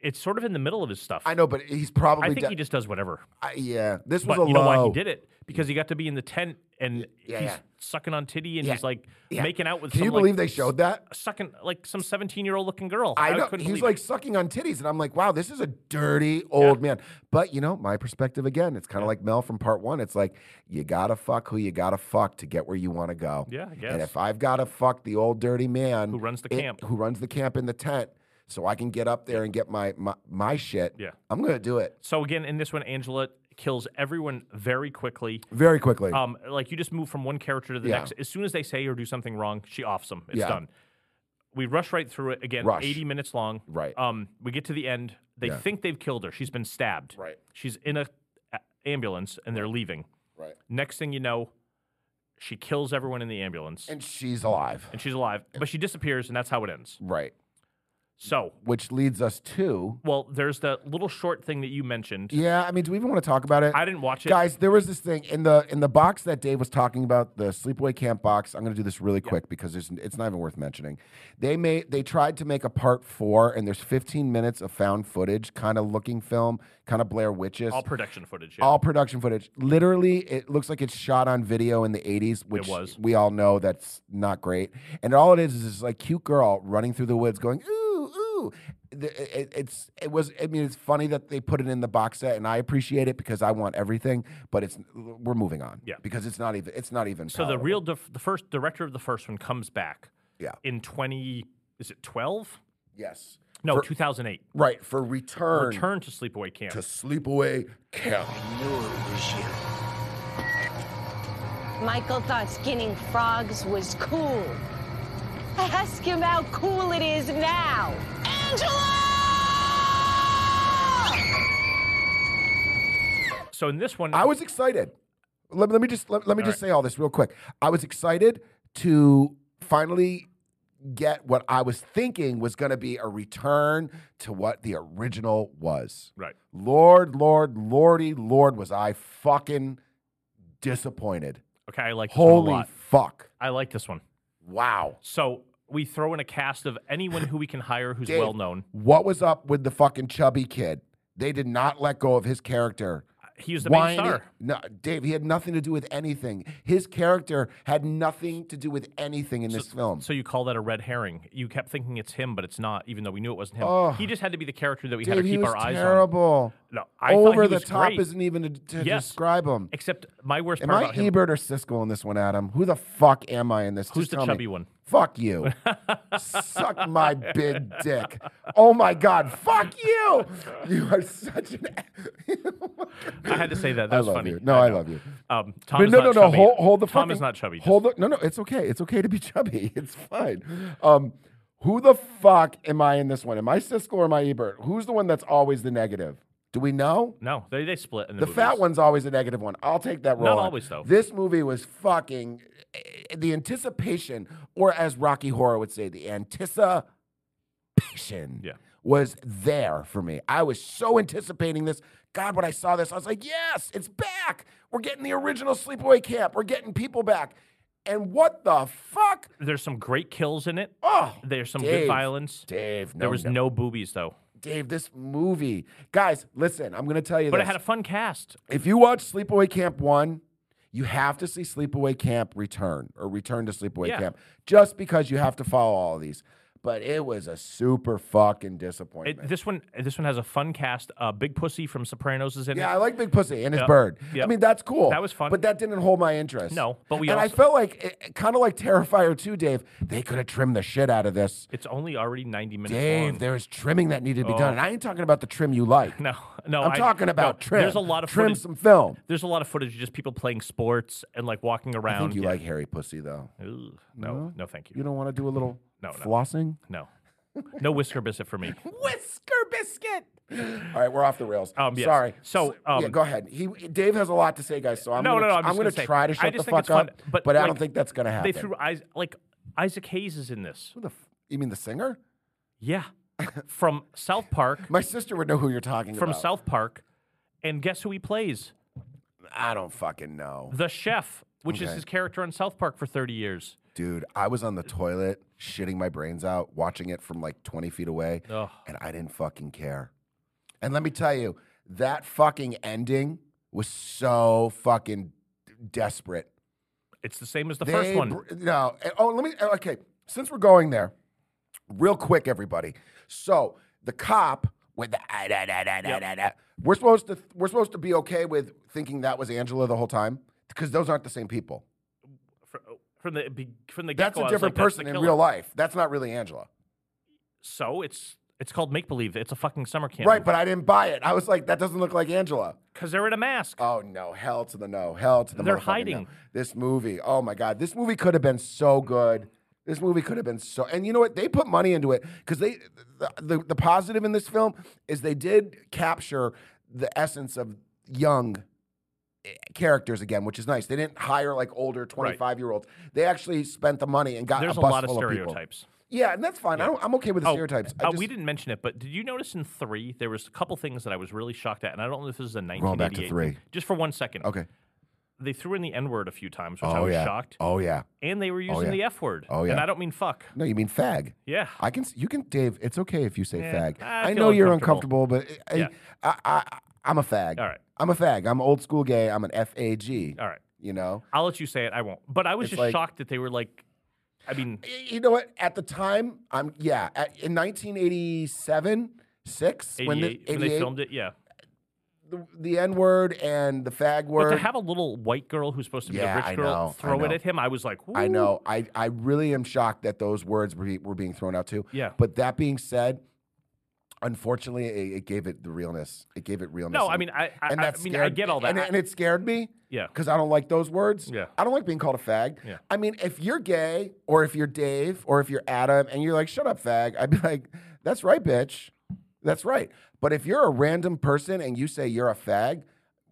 [SPEAKER 3] it's sort of in the middle of his stuff.
[SPEAKER 2] I
[SPEAKER 3] I,
[SPEAKER 2] know, but he's probably.
[SPEAKER 3] think
[SPEAKER 2] de-
[SPEAKER 3] he just does whatever.
[SPEAKER 2] I- yeah, this was
[SPEAKER 3] But
[SPEAKER 2] a
[SPEAKER 3] you know why he
[SPEAKER 2] low.
[SPEAKER 3] did it? Because he got to be in the tent and
[SPEAKER 2] yeah,
[SPEAKER 3] he's
[SPEAKER 2] yeah.
[SPEAKER 3] sucking on titty and
[SPEAKER 2] Yeah,
[SPEAKER 3] he's like
[SPEAKER 2] yeah.
[SPEAKER 3] making out with.
[SPEAKER 2] Can
[SPEAKER 3] some,
[SPEAKER 2] you
[SPEAKER 3] like,
[SPEAKER 2] believe they showed that?
[SPEAKER 3] s- Sucking like some seventeen-year-old looking girl.
[SPEAKER 2] I know
[SPEAKER 3] couldn't
[SPEAKER 2] he's
[SPEAKER 3] believe
[SPEAKER 2] like
[SPEAKER 3] it.
[SPEAKER 2] sucking on titties, and I'm like, wow, this is a dirty old man. But you know, my perspective again, it's kind of like Mel from part one. It's like you gotta fuck who you gotta fuck to get where you want to go.
[SPEAKER 3] Yeah, I
[SPEAKER 2] And
[SPEAKER 3] guess.
[SPEAKER 2] if I've gotta fuck the old dirty man
[SPEAKER 3] Who runs the
[SPEAKER 2] in-
[SPEAKER 3] camp.
[SPEAKER 2] who runs the camp in the tent, so I can get up there and get my my, my shit.
[SPEAKER 3] Yeah.
[SPEAKER 2] I'm gonna do it
[SPEAKER 3] So again, in this one, Angela kills everyone very quickly.
[SPEAKER 2] very quickly.
[SPEAKER 3] Um, like you just move from one character to the
[SPEAKER 2] Yeah.
[SPEAKER 3] next. As soon as they say or do something wrong, she offs them. It's
[SPEAKER 2] Yeah.
[SPEAKER 3] done. We rush right through it again.
[SPEAKER 2] Rush.
[SPEAKER 3] Eighty minutes long.
[SPEAKER 2] Right.
[SPEAKER 3] Um, we get to the end. They
[SPEAKER 2] Yeah.
[SPEAKER 3] think they've killed her. She's been stabbed.
[SPEAKER 2] Right.
[SPEAKER 3] She's in a a- ambulance and they're leaving.
[SPEAKER 2] right.
[SPEAKER 3] Next thing you know, she kills everyone in the ambulance and,
[SPEAKER 2] And she's alive.
[SPEAKER 3] she's alive, but she disappears and that's how it ends.
[SPEAKER 2] Right.
[SPEAKER 3] So,
[SPEAKER 2] Which leads us to.
[SPEAKER 3] well, there's the little short thing that you mentioned.
[SPEAKER 2] Yeah, I mean, do we even want to talk about it?
[SPEAKER 3] I didn't watch it.
[SPEAKER 2] Guys, there was this thing in the in the box that Dave was talking about, the sleepaway camp box. I'm going to do this really quick because it's, it's not even worth mentioning. They made they tried to make a part 4 and there's 15 minutes of found footage, kind of looking film, kind of Blair Witches.
[SPEAKER 3] all production footage. yeah.
[SPEAKER 2] all production footage. Literally, it looks like it's shot on video in the 80s, which
[SPEAKER 3] was.
[SPEAKER 2] we all know that's not great. And all it is is this like cute girl running through the woods going, ooh, ooh. The- it- it's it was I mean it's funny that they put it in the box set and I appreciate it because I want everything but it's we're moving on
[SPEAKER 3] Yeah.
[SPEAKER 2] because it's not even it's not even
[SPEAKER 3] So the
[SPEAKER 2] palatable.
[SPEAKER 3] real dif- the first director of the first one comes back.
[SPEAKER 2] Yeah.
[SPEAKER 3] In twenty is it twelve?
[SPEAKER 2] yes
[SPEAKER 3] No,
[SPEAKER 2] For-
[SPEAKER 3] two thousand eight.
[SPEAKER 2] right for return,
[SPEAKER 3] Return to Sleepaway Camp.
[SPEAKER 2] to sleepaway camp
[SPEAKER 9] Michael thought skinning frogs was cool. Ask him how cool it is now. Angela!
[SPEAKER 3] so in this one,
[SPEAKER 2] I was excited. Let, let me just let, let me just say all this real quick. I was excited to finally get what I was thinking was going to be a return to what the original was.
[SPEAKER 3] right.
[SPEAKER 2] Lord, Lord, Lordy, Lord, was I fucking disappointed.
[SPEAKER 3] Okay, I like this one a
[SPEAKER 2] Holy
[SPEAKER 3] lot.
[SPEAKER 2] fuck!
[SPEAKER 3] I like this one.
[SPEAKER 2] Wow.
[SPEAKER 3] So we throw in a cast of anyone who we can hire who's
[SPEAKER 2] Dave,
[SPEAKER 3] well known.
[SPEAKER 2] What was up with the fucking chubby kid? They did not let go of his character.
[SPEAKER 3] He was the
[SPEAKER 2] Whiny-
[SPEAKER 3] main star.
[SPEAKER 2] No, Dave, he had nothing to do with anything. His character had nothing to do with anything in this film.
[SPEAKER 3] So you call that a red herring? You kept thinking it's him, but it's not, even though we knew it wasn't him.
[SPEAKER 2] Oh.
[SPEAKER 3] he just had to be the character that we had
[SPEAKER 2] Dave,
[SPEAKER 3] to
[SPEAKER 2] he
[SPEAKER 3] keep
[SPEAKER 2] was
[SPEAKER 3] our eyes on.
[SPEAKER 2] terrible.
[SPEAKER 3] No, I thought
[SPEAKER 2] Over
[SPEAKER 3] he
[SPEAKER 2] the
[SPEAKER 3] was
[SPEAKER 2] top
[SPEAKER 3] great.
[SPEAKER 2] isn't even to, to
[SPEAKER 3] Yes.
[SPEAKER 2] describe him.
[SPEAKER 3] Except my worst
[SPEAKER 2] Am
[SPEAKER 3] part
[SPEAKER 2] I
[SPEAKER 3] about him.
[SPEAKER 2] Ebert or Siskel in this one, Adam? Who the fuck am I in this?
[SPEAKER 3] Who's
[SPEAKER 2] Just
[SPEAKER 3] the
[SPEAKER 2] tell me.
[SPEAKER 3] chubby one?
[SPEAKER 2] Fuck you. Suck my big dick. Oh my God. Fuck you. You are such an.
[SPEAKER 3] I had to say that. That
[SPEAKER 2] I
[SPEAKER 3] was
[SPEAKER 2] love
[SPEAKER 3] funny.
[SPEAKER 2] you. No, I
[SPEAKER 3] know.
[SPEAKER 2] love you.
[SPEAKER 3] Um, Tom
[SPEAKER 2] But
[SPEAKER 3] is
[SPEAKER 2] no,
[SPEAKER 3] not
[SPEAKER 2] no, no.
[SPEAKER 3] chubby.
[SPEAKER 2] Hold, hold the
[SPEAKER 3] Tom
[SPEAKER 2] fucking,
[SPEAKER 3] is not chubby.
[SPEAKER 2] Hold the, no, no. It's okay. It's okay to be chubby. It's fine. Um, who the fuck am I in this one? Am I Siskel or am I Ebert? Who's the one that's always the negative? Do we know?
[SPEAKER 3] no, they, they split in the,
[SPEAKER 2] The fat
[SPEAKER 3] movies.
[SPEAKER 2] one's always a negative one. I'll take that role.
[SPEAKER 3] Not
[SPEAKER 2] on.
[SPEAKER 3] always, though.
[SPEAKER 2] This movie was fucking the anticipation, or as Rocky Horror would say, the anticipation
[SPEAKER 3] Yeah.
[SPEAKER 2] was there for me. I was so anticipating this. God, when I saw this, I was like, yes, it's back. We're getting the original sleepaway camp. We're getting people back. And what the fuck?
[SPEAKER 3] There's some great kills in it.
[SPEAKER 2] Oh,
[SPEAKER 3] There's some
[SPEAKER 2] Dave,
[SPEAKER 3] good violence.
[SPEAKER 2] Dave, no,
[SPEAKER 3] there was no. boobies though,
[SPEAKER 2] Dave, this movie. Guys, listen, I'm gonna tell you
[SPEAKER 3] but
[SPEAKER 2] this.
[SPEAKER 3] it had a fun cast.
[SPEAKER 2] if you watch Sleepaway Camp 1, you have to see Sleepaway Camp Return or Return to Sleepaway
[SPEAKER 3] Yeah.
[SPEAKER 2] Camp just because you have to follow all of these. But it was a super fucking disappointment.
[SPEAKER 3] It, this one, this one has a fun cast. Uh, Big Pussy from Sopranos is in
[SPEAKER 2] Yeah,
[SPEAKER 3] it.
[SPEAKER 2] I like Big Pussy and his
[SPEAKER 3] Yep.
[SPEAKER 2] bird. I
[SPEAKER 3] Yep.
[SPEAKER 2] mean, that's cool.
[SPEAKER 3] That was fun.
[SPEAKER 2] But that didn't hold my interest.
[SPEAKER 3] No, but we
[SPEAKER 2] And I
[SPEAKER 3] also-
[SPEAKER 2] felt like, kind of like Terrifier 2, Dave, they could have trimmed the shit out of this.
[SPEAKER 3] It's only already ninety minutes
[SPEAKER 2] Dave,
[SPEAKER 3] long.
[SPEAKER 2] there was trimming that needed to be done. And I ain't talking about the trim you like.
[SPEAKER 3] Oh. No, no,
[SPEAKER 2] I'm
[SPEAKER 3] I-
[SPEAKER 2] talking
[SPEAKER 3] no,
[SPEAKER 2] about trim.
[SPEAKER 3] There's a lot of
[SPEAKER 2] trim
[SPEAKER 3] footage-
[SPEAKER 2] some film.
[SPEAKER 3] There's a lot of footage of just people playing sports and like walking around.
[SPEAKER 2] I think you
[SPEAKER 3] Yeah.
[SPEAKER 2] like hairy pussy, though.
[SPEAKER 3] Ooh, no, no, thank you.
[SPEAKER 2] You don't want to do a little
[SPEAKER 3] No, no.
[SPEAKER 2] flossing?
[SPEAKER 3] No, no whisker biscuit for me.
[SPEAKER 2] Whisker biscuit. All right, we're off the rails.
[SPEAKER 3] Um, yes.
[SPEAKER 2] Sorry.
[SPEAKER 3] So,
[SPEAKER 2] yeah,
[SPEAKER 3] um,
[SPEAKER 2] go ahead. He Dave has a lot to say, guys. So I'm
[SPEAKER 3] no,
[SPEAKER 2] gonna,
[SPEAKER 3] no, no, I'm, just
[SPEAKER 2] gonna,
[SPEAKER 3] say,
[SPEAKER 2] try to shut
[SPEAKER 3] I just
[SPEAKER 2] the
[SPEAKER 3] think
[SPEAKER 2] fuck
[SPEAKER 3] it's
[SPEAKER 2] up,
[SPEAKER 3] fun, but
[SPEAKER 2] I don't
[SPEAKER 3] like,
[SPEAKER 2] think that's gonna happen.
[SPEAKER 3] They threw Is- like Isaac Hayes is in this.
[SPEAKER 2] Who the f- you mean the singer?
[SPEAKER 3] Yeah, from South Park.
[SPEAKER 2] My sister would know who you're talking
[SPEAKER 3] From
[SPEAKER 2] about.
[SPEAKER 3] South Park, and guess who he plays?
[SPEAKER 2] I don't fucking know,
[SPEAKER 3] The chef, which is
[SPEAKER 2] Okay.
[SPEAKER 3] his character on South Park for thirty years.
[SPEAKER 2] dude. I was on the toilet shitting my brains out, watching it from like 20 feet away,
[SPEAKER 3] Ugh.
[SPEAKER 2] and I didn't fucking care. And let me tell you, that fucking ending was so fucking desperate.
[SPEAKER 3] It's the same as the
[SPEAKER 2] They
[SPEAKER 3] first one.
[SPEAKER 2] br- no. eh, Oh, let me. eh, Okay. Since we're going there, real quick, everybody. So the cop with the ah, da, da, da, da, da, da, we're supposed to we're supposed to be okay with thinking that was Angela the whole time because those aren't the same people.
[SPEAKER 3] Fr- from the be- from the
[SPEAKER 2] That's
[SPEAKER 3] get-go,
[SPEAKER 2] a
[SPEAKER 3] I was
[SPEAKER 2] different
[SPEAKER 3] like, that's the
[SPEAKER 2] person in
[SPEAKER 3] killer.
[SPEAKER 2] real life. That's not really Angela.
[SPEAKER 3] So it's it's called make believe. It's a fucking summer camp,
[SPEAKER 2] Right, but I didn't buy it. I was like, that doesn't look like Angela.
[SPEAKER 3] Because they're in a mask.
[SPEAKER 2] Oh no, hell to the no, hell to the
[SPEAKER 3] They're
[SPEAKER 2] motherfucking no.
[SPEAKER 3] hiding.
[SPEAKER 2] This movie, oh my god, this movie could have been so good. This movie could have been so, and you know what? They put money into it because they, the, the the positive in this film is they did capture the essence of young eh, characters again, which is nice. They didn't hire like older twenty five year olds. They actually spent the money and got
[SPEAKER 3] There's
[SPEAKER 2] a
[SPEAKER 3] a
[SPEAKER 2] bus
[SPEAKER 3] lot of
[SPEAKER 2] full people.
[SPEAKER 3] stereotypes.
[SPEAKER 2] yeah, and that's fine. I don't, I'm okay with the
[SPEAKER 3] Oh,
[SPEAKER 2] stereotypes. I
[SPEAKER 3] uh,
[SPEAKER 2] just-
[SPEAKER 3] we didn't mention it, but did you notice in three there was a couple things that I was really shocked at, and I don't know if this is a 1988.
[SPEAKER 2] Going back to three.
[SPEAKER 3] Just for one second.
[SPEAKER 2] Okay.
[SPEAKER 3] They threw in the N word a few times, which I
[SPEAKER 2] Oh
[SPEAKER 3] was
[SPEAKER 2] yeah.
[SPEAKER 3] shocked.
[SPEAKER 2] Oh yeah.
[SPEAKER 3] And they were using
[SPEAKER 2] yeah.
[SPEAKER 3] the F word.
[SPEAKER 2] Oh, yeah.
[SPEAKER 3] And I don't mean fuck.
[SPEAKER 2] No, you mean fag.
[SPEAKER 3] Yeah.
[SPEAKER 2] I can. s- You can, Dave. It's okay if you say
[SPEAKER 3] Yeah,
[SPEAKER 2] fag.
[SPEAKER 3] I
[SPEAKER 2] I,
[SPEAKER 3] feel
[SPEAKER 2] know you're
[SPEAKER 3] uncomfortable.
[SPEAKER 2] uncomfortable, but I,
[SPEAKER 3] Yeah.
[SPEAKER 2] I, I, I, am a fag.
[SPEAKER 3] All right.
[SPEAKER 2] I'm a fag. I'm old school gay. I'm an fag.
[SPEAKER 3] All right.
[SPEAKER 2] You know.
[SPEAKER 3] I'll let you say it. I won't. But I was
[SPEAKER 2] It's
[SPEAKER 3] just
[SPEAKER 2] like-
[SPEAKER 3] shocked that they were like, I mean,
[SPEAKER 2] Y- You know what? At the time, I'm yeah. At, in 1987, six
[SPEAKER 3] 88,
[SPEAKER 2] when
[SPEAKER 3] when,
[SPEAKER 2] the
[SPEAKER 3] they
[SPEAKER 2] 88,
[SPEAKER 3] filmed it. Yeah.
[SPEAKER 2] the, the n word and the fag
[SPEAKER 3] But
[SPEAKER 2] word.
[SPEAKER 3] to have a little white girl who's supposed to be
[SPEAKER 2] Yeah,
[SPEAKER 3] a rich
[SPEAKER 2] I
[SPEAKER 3] girl
[SPEAKER 2] know, I
[SPEAKER 3] throw it
[SPEAKER 2] know.
[SPEAKER 3] at him, I was like,
[SPEAKER 2] I
[SPEAKER 3] "Ooh."
[SPEAKER 2] know. I, I really am shocked that those words were, be- were being thrown out too.
[SPEAKER 3] Yeah.
[SPEAKER 2] But that being said, unfortunately, it, it gave it the realness. It gave it realness.
[SPEAKER 3] No, I
[SPEAKER 2] and-
[SPEAKER 3] mean, I, I,
[SPEAKER 2] and
[SPEAKER 3] I
[SPEAKER 2] that
[SPEAKER 3] mean, I
[SPEAKER 2] scared-
[SPEAKER 3] get all that.
[SPEAKER 2] And,
[SPEAKER 3] I-
[SPEAKER 2] and it scared me.
[SPEAKER 3] Yeah.
[SPEAKER 2] Because I don't like those words.
[SPEAKER 3] Yeah.
[SPEAKER 2] I don't like being called a fag.
[SPEAKER 3] Yeah.
[SPEAKER 2] I mean, if you're gay or if you're Dave or if you're Adam and you're like, shut up, fag, I'd be like, that's right, bitch. That's right. But if you're a random person and you say you're a fag,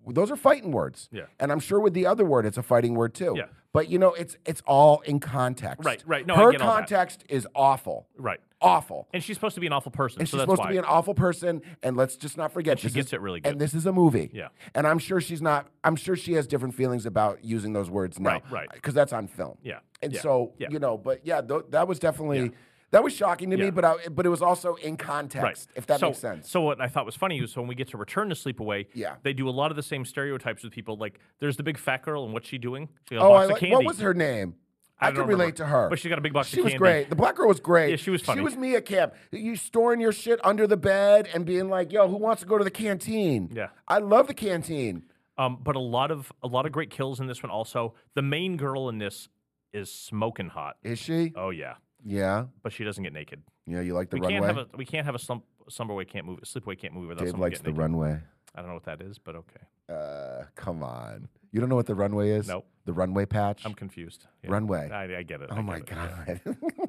[SPEAKER 2] those are fighting words.
[SPEAKER 3] Yeah.
[SPEAKER 2] And I'm sure with the other word, it's a fighting word too.
[SPEAKER 3] Yeah.
[SPEAKER 2] But you know, it's it's all in context.
[SPEAKER 3] Right, right. No, I
[SPEAKER 2] Her
[SPEAKER 3] get all that.
[SPEAKER 2] context is awful.
[SPEAKER 3] right.
[SPEAKER 2] Awful.
[SPEAKER 3] And she's supposed to be an awful person.
[SPEAKER 2] And
[SPEAKER 3] so
[SPEAKER 2] she's
[SPEAKER 3] that's
[SPEAKER 2] supposed
[SPEAKER 3] why.
[SPEAKER 2] to be an awful person, and let's just not forget
[SPEAKER 3] she
[SPEAKER 2] this
[SPEAKER 3] gets
[SPEAKER 2] is-
[SPEAKER 3] it really good.
[SPEAKER 2] And this is a movie.
[SPEAKER 3] Yeah.
[SPEAKER 2] And I'm sure she's not. I'm sure she has different feelings about using those words now.
[SPEAKER 3] Right, right.
[SPEAKER 2] Because that's on film.
[SPEAKER 3] Yeah,
[SPEAKER 2] And
[SPEAKER 3] yeah,
[SPEAKER 2] so
[SPEAKER 3] yeah.
[SPEAKER 2] you know, but yeah, th- that was definitely
[SPEAKER 3] Yeah.
[SPEAKER 2] that was shocking to me,
[SPEAKER 3] Yeah.
[SPEAKER 2] but I, but it was also in context, if that
[SPEAKER 3] so,
[SPEAKER 2] makes sense.
[SPEAKER 3] So what I thought was funny is when we get to Return to Sleepaway,
[SPEAKER 2] Yeah.
[SPEAKER 3] they do a lot of the same stereotypes with people. Like there's the big fat girl, and what's she doing? She got a
[SPEAKER 2] oh,
[SPEAKER 3] box
[SPEAKER 2] I
[SPEAKER 3] of
[SPEAKER 2] like,
[SPEAKER 3] candy.
[SPEAKER 2] what was her name? I,
[SPEAKER 3] I
[SPEAKER 2] could
[SPEAKER 3] don't remember.
[SPEAKER 2] relate to her.
[SPEAKER 3] But she got a big box of
[SPEAKER 2] She was
[SPEAKER 3] candy.
[SPEAKER 2] great. The black girl was great.
[SPEAKER 3] Yeah, she was funny.
[SPEAKER 2] She was Mia Camp. You storing your shit under the bed and being like, "Yo, who wants to go to the canteen?"
[SPEAKER 3] Yeah.
[SPEAKER 2] I love the canteen.
[SPEAKER 3] Um, but a lot of a lot of great kills in this one. Also, the main girl in this is smoking hot.
[SPEAKER 2] Is she?
[SPEAKER 3] Oh yeah,
[SPEAKER 2] Yeah.
[SPEAKER 3] but she doesn't get naked.
[SPEAKER 2] Yeah, you like the
[SPEAKER 3] we
[SPEAKER 2] runway.
[SPEAKER 3] can't have a we can't have a slump, summerway can't move sleepaway can't move without
[SPEAKER 2] Dave
[SPEAKER 3] someone
[SPEAKER 2] likes the
[SPEAKER 3] getting naked.
[SPEAKER 2] runway.
[SPEAKER 3] I don't know what that is, but okay.
[SPEAKER 2] Uh, come on. You don't know what the runway is?
[SPEAKER 3] Nope.
[SPEAKER 2] The runway patch?
[SPEAKER 3] I'm confused. Yeah.
[SPEAKER 2] Runway.
[SPEAKER 3] I, I get it. I
[SPEAKER 2] oh
[SPEAKER 3] get
[SPEAKER 2] my
[SPEAKER 3] it.
[SPEAKER 2] god.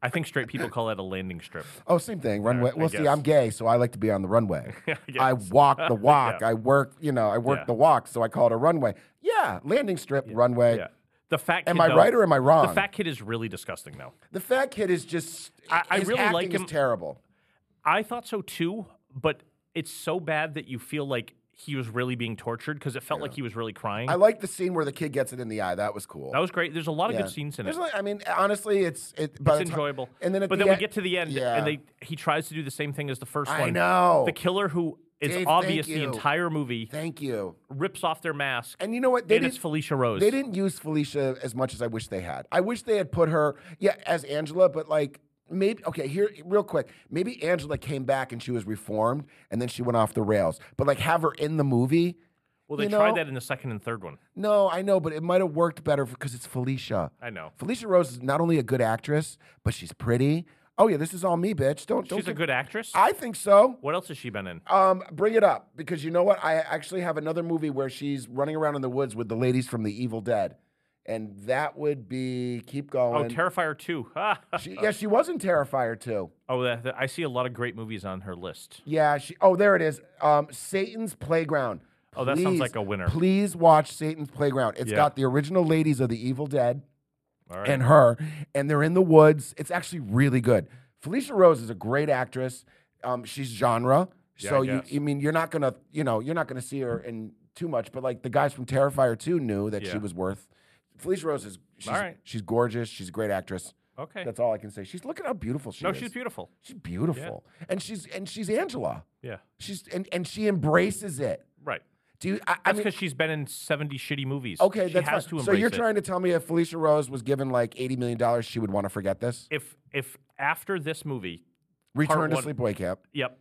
[SPEAKER 3] I think straight people call that a landing strip.
[SPEAKER 2] oh, same thing. Runway.
[SPEAKER 3] I
[SPEAKER 2] Well, see,
[SPEAKER 3] guess.
[SPEAKER 2] I'm gay, so I like to be on the runway. I
[SPEAKER 3] guess.
[SPEAKER 2] walk the walk.
[SPEAKER 3] Yeah.
[SPEAKER 2] I work, you know, I work
[SPEAKER 3] Yeah.
[SPEAKER 2] the walk, so I call it a runway. Yeah, landing strip, runway.
[SPEAKER 3] Yeah. The fat kid,
[SPEAKER 2] Am I
[SPEAKER 3] though-
[SPEAKER 2] right or am I
[SPEAKER 3] The
[SPEAKER 2] wrong?
[SPEAKER 3] fat kid is really disgusting, though.
[SPEAKER 2] The fat kid is just
[SPEAKER 3] I- I
[SPEAKER 2] his
[SPEAKER 3] really
[SPEAKER 2] acting
[SPEAKER 3] like
[SPEAKER 2] is
[SPEAKER 3] him.
[SPEAKER 2] terrible.
[SPEAKER 3] I thought so too, but it's so bad that you feel like he was really being tortured because it felt like he was really crying.
[SPEAKER 2] I like the scene where the kid gets it in the eye. That was cool.
[SPEAKER 3] that was great. There's a lot of
[SPEAKER 2] Yeah.
[SPEAKER 3] good scenes in
[SPEAKER 2] There's
[SPEAKER 3] it.
[SPEAKER 2] like- I mean, honestly, it's it, by
[SPEAKER 3] It's
[SPEAKER 2] the ti-
[SPEAKER 3] enjoyable.
[SPEAKER 2] and then, at
[SPEAKER 3] but
[SPEAKER 2] the
[SPEAKER 3] then we
[SPEAKER 2] end-
[SPEAKER 3] get to the end,
[SPEAKER 2] yeah.
[SPEAKER 3] and they he tries to do the same thing as the first
[SPEAKER 2] I
[SPEAKER 3] one.
[SPEAKER 2] know.
[SPEAKER 3] The killer who It's
[SPEAKER 2] Dave,
[SPEAKER 3] obvious
[SPEAKER 2] thank
[SPEAKER 3] the
[SPEAKER 2] you.
[SPEAKER 3] entire movie
[SPEAKER 2] Thank you.
[SPEAKER 3] rips off their mask.
[SPEAKER 2] And you know what? They
[SPEAKER 3] and it's
[SPEAKER 2] didn't-
[SPEAKER 3] Felicia Rose.
[SPEAKER 2] They didn't use Felicia as much as I wish they had. I wish they had put her, yeah, as Angela, but like maybe okay, here real quick. Maybe Angela came back and she was reformed and then she went off the rails. But like have her in the movie?
[SPEAKER 3] Well, they
[SPEAKER 2] you
[SPEAKER 3] tried
[SPEAKER 2] know-
[SPEAKER 3] that in the second and third one.
[SPEAKER 2] No, I know, but it might have worked better because it's Felicia.
[SPEAKER 3] I know.
[SPEAKER 2] Felicia Rose is not only a good actress, but she's pretty. Oh yeah, this is all me, bitch. Don't don't
[SPEAKER 3] She's a
[SPEAKER 2] get-
[SPEAKER 3] good actress.
[SPEAKER 2] I think so.
[SPEAKER 3] what else has she been in?
[SPEAKER 2] Um, bring it up because you know what? I actually have another movie where she's running around in the woods with the ladies from The Evil Dead, and that would be keep
[SPEAKER 3] Oh,
[SPEAKER 2] going.
[SPEAKER 3] Terrifier 2.
[SPEAKER 2] She, yeah, she was in Terrifier too.
[SPEAKER 3] oh, that, that- I see a lot of great movies on her list.
[SPEAKER 2] Yeah, she. Oh, there it is. Um, Satan's Playground.
[SPEAKER 3] Oh, that sounds like a winner.
[SPEAKER 2] Please watch Satan's Playground. It's
[SPEAKER 3] Yeah.
[SPEAKER 2] got the original ladies of The Evil Dead
[SPEAKER 3] All right.
[SPEAKER 2] and her, and they're in the woods. It's actually really good. Felicia Rose is a great actress. Um, she's genre,
[SPEAKER 3] Yeah,
[SPEAKER 2] so
[SPEAKER 3] I
[SPEAKER 2] you,
[SPEAKER 3] guess.
[SPEAKER 2] I mean, you're not gonna, you know, you're not gonna see her in too much. But like the guys from Terrifier 2 knew that
[SPEAKER 3] Yeah.
[SPEAKER 2] she was worth. Felicia Rose is, she's,
[SPEAKER 3] All right.
[SPEAKER 2] she's gorgeous. She's a great actress.
[SPEAKER 3] okay.
[SPEAKER 2] That's all I can say. She's look at how beautiful she
[SPEAKER 3] no,
[SPEAKER 2] is.
[SPEAKER 3] she's beautiful.
[SPEAKER 2] She's beautiful, and she's and she's Angela.
[SPEAKER 3] Yeah.
[SPEAKER 2] She's and, and she embraces it.
[SPEAKER 3] Right.
[SPEAKER 2] Do you? I, I
[SPEAKER 3] That's
[SPEAKER 2] mean,
[SPEAKER 3] because she's been in 70 shitty movies.
[SPEAKER 2] okay,
[SPEAKER 3] she
[SPEAKER 2] that's
[SPEAKER 3] has
[SPEAKER 2] fine.
[SPEAKER 3] to
[SPEAKER 2] so
[SPEAKER 3] embrace
[SPEAKER 2] you're
[SPEAKER 3] it.
[SPEAKER 2] trying to tell me if Felicia Rose was given like eighty million dollars, she would want to forget this?
[SPEAKER 3] If, if after this movie,
[SPEAKER 2] Return
[SPEAKER 3] Part
[SPEAKER 2] to
[SPEAKER 3] one.
[SPEAKER 2] Sleepaway Camp.
[SPEAKER 3] Yep.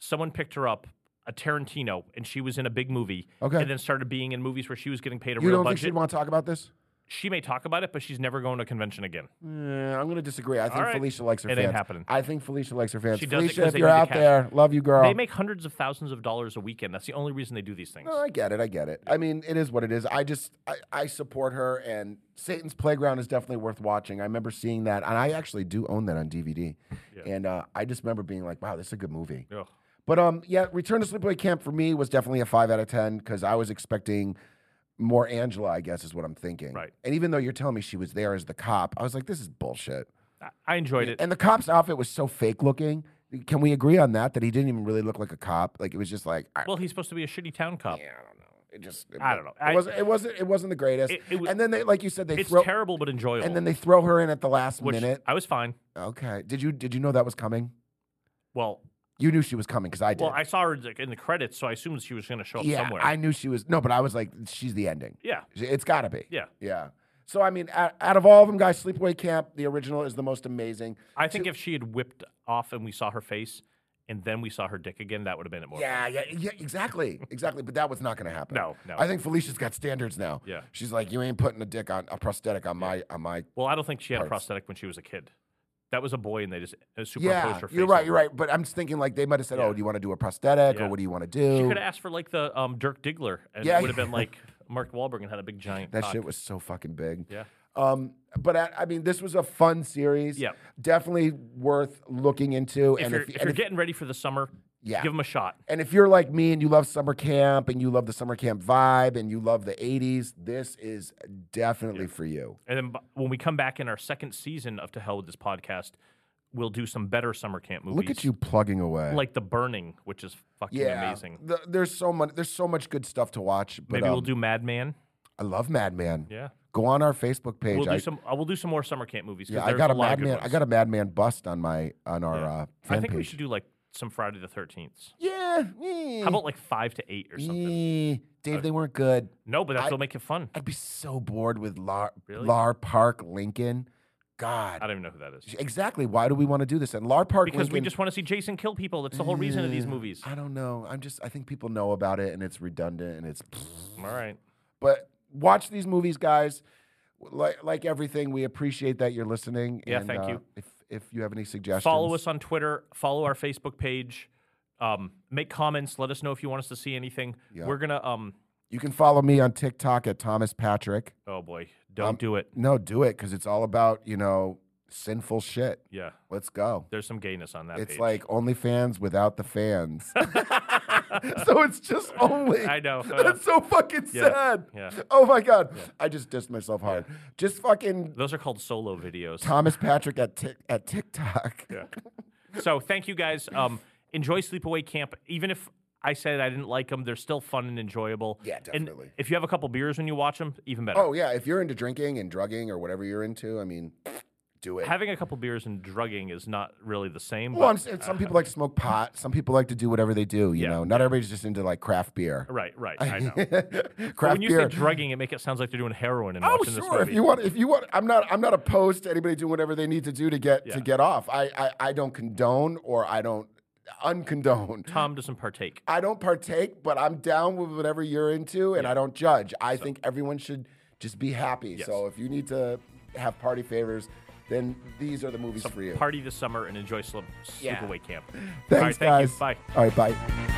[SPEAKER 3] Someone picked her up, a Tarantino, and she was in a big movie.
[SPEAKER 2] Okay.
[SPEAKER 3] And then started being in movies where she was getting paid a
[SPEAKER 2] You
[SPEAKER 3] real
[SPEAKER 2] don't think
[SPEAKER 3] budget.
[SPEAKER 2] she'd want to talk about this?
[SPEAKER 3] she may talk about it, but she's never going to a convention again.
[SPEAKER 2] Yeah, I'm going to disagree. I think
[SPEAKER 3] right.
[SPEAKER 2] Felicia likes her
[SPEAKER 3] It
[SPEAKER 2] fans.
[SPEAKER 3] ain't happening.
[SPEAKER 2] I think Felicia likes her fans.
[SPEAKER 3] She does it
[SPEAKER 2] Felicia,
[SPEAKER 3] 'cause
[SPEAKER 2] if
[SPEAKER 3] they
[SPEAKER 2] you're
[SPEAKER 3] need the
[SPEAKER 2] out
[SPEAKER 3] cash.
[SPEAKER 2] there, love you, girl.
[SPEAKER 3] They make hundreds of thousands of dollars a weekend. That's the only reason they do these things.
[SPEAKER 2] no, Oh, I get it. I get it. I mean, it is what it is. I just, I, I support her, and Satan's Playground is definitely worth watching. I remember seeing that, and I actually do own that on DVD. And uh, I just remember being like, wow, this is a good movie.
[SPEAKER 3] Ugh.
[SPEAKER 2] But um, yeah, Return to Sleepaway Camp for me was definitely a five out of ten because I was expecting more Angela. I guess is what I'm thinking.
[SPEAKER 3] Right.
[SPEAKER 2] And even though you're telling me she was there as the cop, I was like, this is bullshit.
[SPEAKER 3] I- I enjoyed it.
[SPEAKER 2] And the cop's outfit was so fake looking. Can we agree on that? That he didn't even really look like a cop. Like it was just like I,
[SPEAKER 3] Well, he's supposed to be a shitty town cop.
[SPEAKER 2] yeah, I don't know. It just
[SPEAKER 3] I don't know.
[SPEAKER 2] It
[SPEAKER 3] I-
[SPEAKER 2] wasn't. It wasn't. It wasn't the greatest.
[SPEAKER 3] It- it w-
[SPEAKER 2] and then they, like you said, they
[SPEAKER 3] It's
[SPEAKER 2] throw
[SPEAKER 3] terrible but enjoyable.
[SPEAKER 2] and then they throw her in at the last
[SPEAKER 3] which
[SPEAKER 2] minute.
[SPEAKER 3] I was fine.
[SPEAKER 2] Okay. Did you did you know that was coming?
[SPEAKER 3] Well,
[SPEAKER 2] You knew she was coming because I did.
[SPEAKER 3] well, I saw her in the- in the credits, so I assumed she was going to show up
[SPEAKER 2] yeah,
[SPEAKER 3] somewhere.
[SPEAKER 2] I knew she was. No, but I was like, she's the ending.
[SPEAKER 3] yeah,
[SPEAKER 2] It's got to be.
[SPEAKER 3] yeah.
[SPEAKER 2] Yeah. So I mean, out, out of all of them, guys, Sleepaway Camp, the original is the most amazing.
[SPEAKER 3] I think if she had whipped off and we saw her face, and then we saw her dick again, that would have been it more.
[SPEAKER 2] Yeah, yeah, yeah, exactly, exactly. But that was not going to happen.
[SPEAKER 3] No, no.
[SPEAKER 2] I think Felicia's got standards now.
[SPEAKER 3] Yeah.
[SPEAKER 2] She's like, you ain't putting a dick on a prosthetic on my on my.
[SPEAKER 3] Well, I don't think she had a
[SPEAKER 2] Parts.
[SPEAKER 3] prosthetic when she was a kid. That was a boy, and they just uh, superimposed
[SPEAKER 2] Yeah,
[SPEAKER 3] her face.
[SPEAKER 2] you're right,
[SPEAKER 3] on
[SPEAKER 2] you're right. But I'm just thinking like they might have said, oh, do you want to do a prosthetic
[SPEAKER 3] Yeah.
[SPEAKER 2] or what do you want to
[SPEAKER 3] her. She
[SPEAKER 2] do?
[SPEAKER 3] could have asked for like the um, Dirk Diggler, and
[SPEAKER 2] Yeah.
[SPEAKER 3] it would have been like Mark Wahlberg and had a big giant.
[SPEAKER 2] That
[SPEAKER 3] cock.
[SPEAKER 2] shit was so fucking big.
[SPEAKER 3] Yeah.
[SPEAKER 2] Um, but I, I mean, this was a fun series.
[SPEAKER 3] Yeah.
[SPEAKER 2] Definitely worth looking into.
[SPEAKER 3] If
[SPEAKER 2] and
[SPEAKER 3] you're,
[SPEAKER 2] if,
[SPEAKER 3] if
[SPEAKER 2] and
[SPEAKER 3] you're getting ready for the summer,
[SPEAKER 2] Yeah.
[SPEAKER 3] give them a shot.
[SPEAKER 2] And if you're like me and you love summer camp and you love the summer camp vibe and you love the 80s, this is definitely for you.
[SPEAKER 3] And then b- when we come back in our second season of To Hell with This podcast, we'll do some better summer camp movies.
[SPEAKER 2] Look at you plugging away.
[SPEAKER 3] Like The Burning, which is fucking
[SPEAKER 2] yeah,
[SPEAKER 3] amazing.
[SPEAKER 2] the- there's so much. There's so much good stuff to watch. But
[SPEAKER 3] Maybe we'll
[SPEAKER 2] um,
[SPEAKER 3] do Madman.
[SPEAKER 2] I love Madman.
[SPEAKER 3] Yeah.
[SPEAKER 2] Go on our Facebook page.
[SPEAKER 3] We'll
[SPEAKER 2] I,
[SPEAKER 3] do some. Uh, we'll do some more summer camp movies. 'cause
[SPEAKER 2] yeah, I
[SPEAKER 3] there's
[SPEAKER 2] got a
[SPEAKER 3] lot of good
[SPEAKER 2] Madman. I
[SPEAKER 3] ones.
[SPEAKER 2] got a Madman bust on my on our uh, fan
[SPEAKER 3] I think
[SPEAKER 2] page.
[SPEAKER 3] we should do like some Friday the Thirteenth.
[SPEAKER 2] yeah. eh,
[SPEAKER 3] How about like five to eight or something? Uh,
[SPEAKER 2] eh, Dave, they weren't good.
[SPEAKER 3] No, but
[SPEAKER 2] I-
[SPEAKER 3] that'll make it fun.
[SPEAKER 2] I'd be so bored with Lar
[SPEAKER 3] Really?
[SPEAKER 2] Lar Park Lincoln. God.
[SPEAKER 3] I don't even know who that is.
[SPEAKER 2] Exactly. Why do we want to do this? And Lar Park
[SPEAKER 3] Because we
[SPEAKER 2] Lincoln-
[SPEAKER 3] just want to see Jason kill people. That's the whole reason of these movies.
[SPEAKER 2] Mm, I don't know. I'm just. I think people know about it, and it's redundant, and it's.
[SPEAKER 3] All right.
[SPEAKER 2] But watch these movies, guys. Like like everything, we appreciate that you're listening.
[SPEAKER 3] Yeah,
[SPEAKER 2] and,
[SPEAKER 3] thank
[SPEAKER 2] uh,
[SPEAKER 3] you.
[SPEAKER 2] If if you have any suggestions,
[SPEAKER 3] Follow us on Twitter. Follow our Facebook page. Um, make comments. Let us know if you want us to see anything.
[SPEAKER 2] Yeah.
[SPEAKER 3] We're gonna. Um,
[SPEAKER 2] You can follow me on TikTok at Thomas Patrick.
[SPEAKER 3] oh boy, don't
[SPEAKER 2] Um,
[SPEAKER 3] do it.
[SPEAKER 2] No, do it because it's all about you know sinful shit.
[SPEAKER 3] Yeah,
[SPEAKER 2] Let's go.
[SPEAKER 3] there's some gayness on that.
[SPEAKER 2] It's
[SPEAKER 3] page.
[SPEAKER 2] like OnlyFans without the fans. so it's just only.
[SPEAKER 3] I know.
[SPEAKER 2] That's so fucking
[SPEAKER 3] Yeah,
[SPEAKER 2] sad.
[SPEAKER 3] yeah.
[SPEAKER 2] Oh my god, I just dissed myself hard. Just fucking
[SPEAKER 3] those are called solo videos.
[SPEAKER 2] Thomas Patrick at tic- at TikTok. Yeah.
[SPEAKER 3] So thank you guys. Um, enjoy Sleepaway Camp. Even if I said I didn't like them, they're still fun and enjoyable.
[SPEAKER 2] Yeah,
[SPEAKER 3] And
[SPEAKER 2] definitely.
[SPEAKER 3] if you have a couple beers when you watch them, even better.
[SPEAKER 2] Oh yeah, if you're into drinking and drugging or whatever you're into, I mean, do it.
[SPEAKER 3] Having a couple beers and drugging is not really the same.
[SPEAKER 2] well, I'm
[SPEAKER 3] but-
[SPEAKER 2] saying some people like to smoke pot. Some people like to do whatever they do. You
[SPEAKER 3] Yeah,
[SPEAKER 2] know, not everybody's just into like craft beer.
[SPEAKER 3] Right, right. I know. But
[SPEAKER 2] craft
[SPEAKER 3] when you
[SPEAKER 2] beer.
[SPEAKER 3] say drugging, it make it sounds like they're doing heroin and
[SPEAKER 2] Oh
[SPEAKER 3] watching this
[SPEAKER 2] sure,
[SPEAKER 3] movie.
[SPEAKER 2] if you want, if you want, I'm not, I'm not opposed to anybody doing whatever they need to do to get
[SPEAKER 3] Yeah.
[SPEAKER 2] to get off. I, I, I don't condone or I don't uncondone.
[SPEAKER 3] Tom doesn't partake.
[SPEAKER 2] I don't partake, but I'm down with whatever you're into, and I don't judge. I think everyone should just be happy.
[SPEAKER 3] Yes.
[SPEAKER 2] So if you need to have party favors, then these are the movies for you.
[SPEAKER 3] Party this summer and enjoy Slip Sleepaway Camp.
[SPEAKER 2] Thanks,
[SPEAKER 3] All right, thank
[SPEAKER 2] guys.
[SPEAKER 3] you. Bye.
[SPEAKER 2] All right, bye.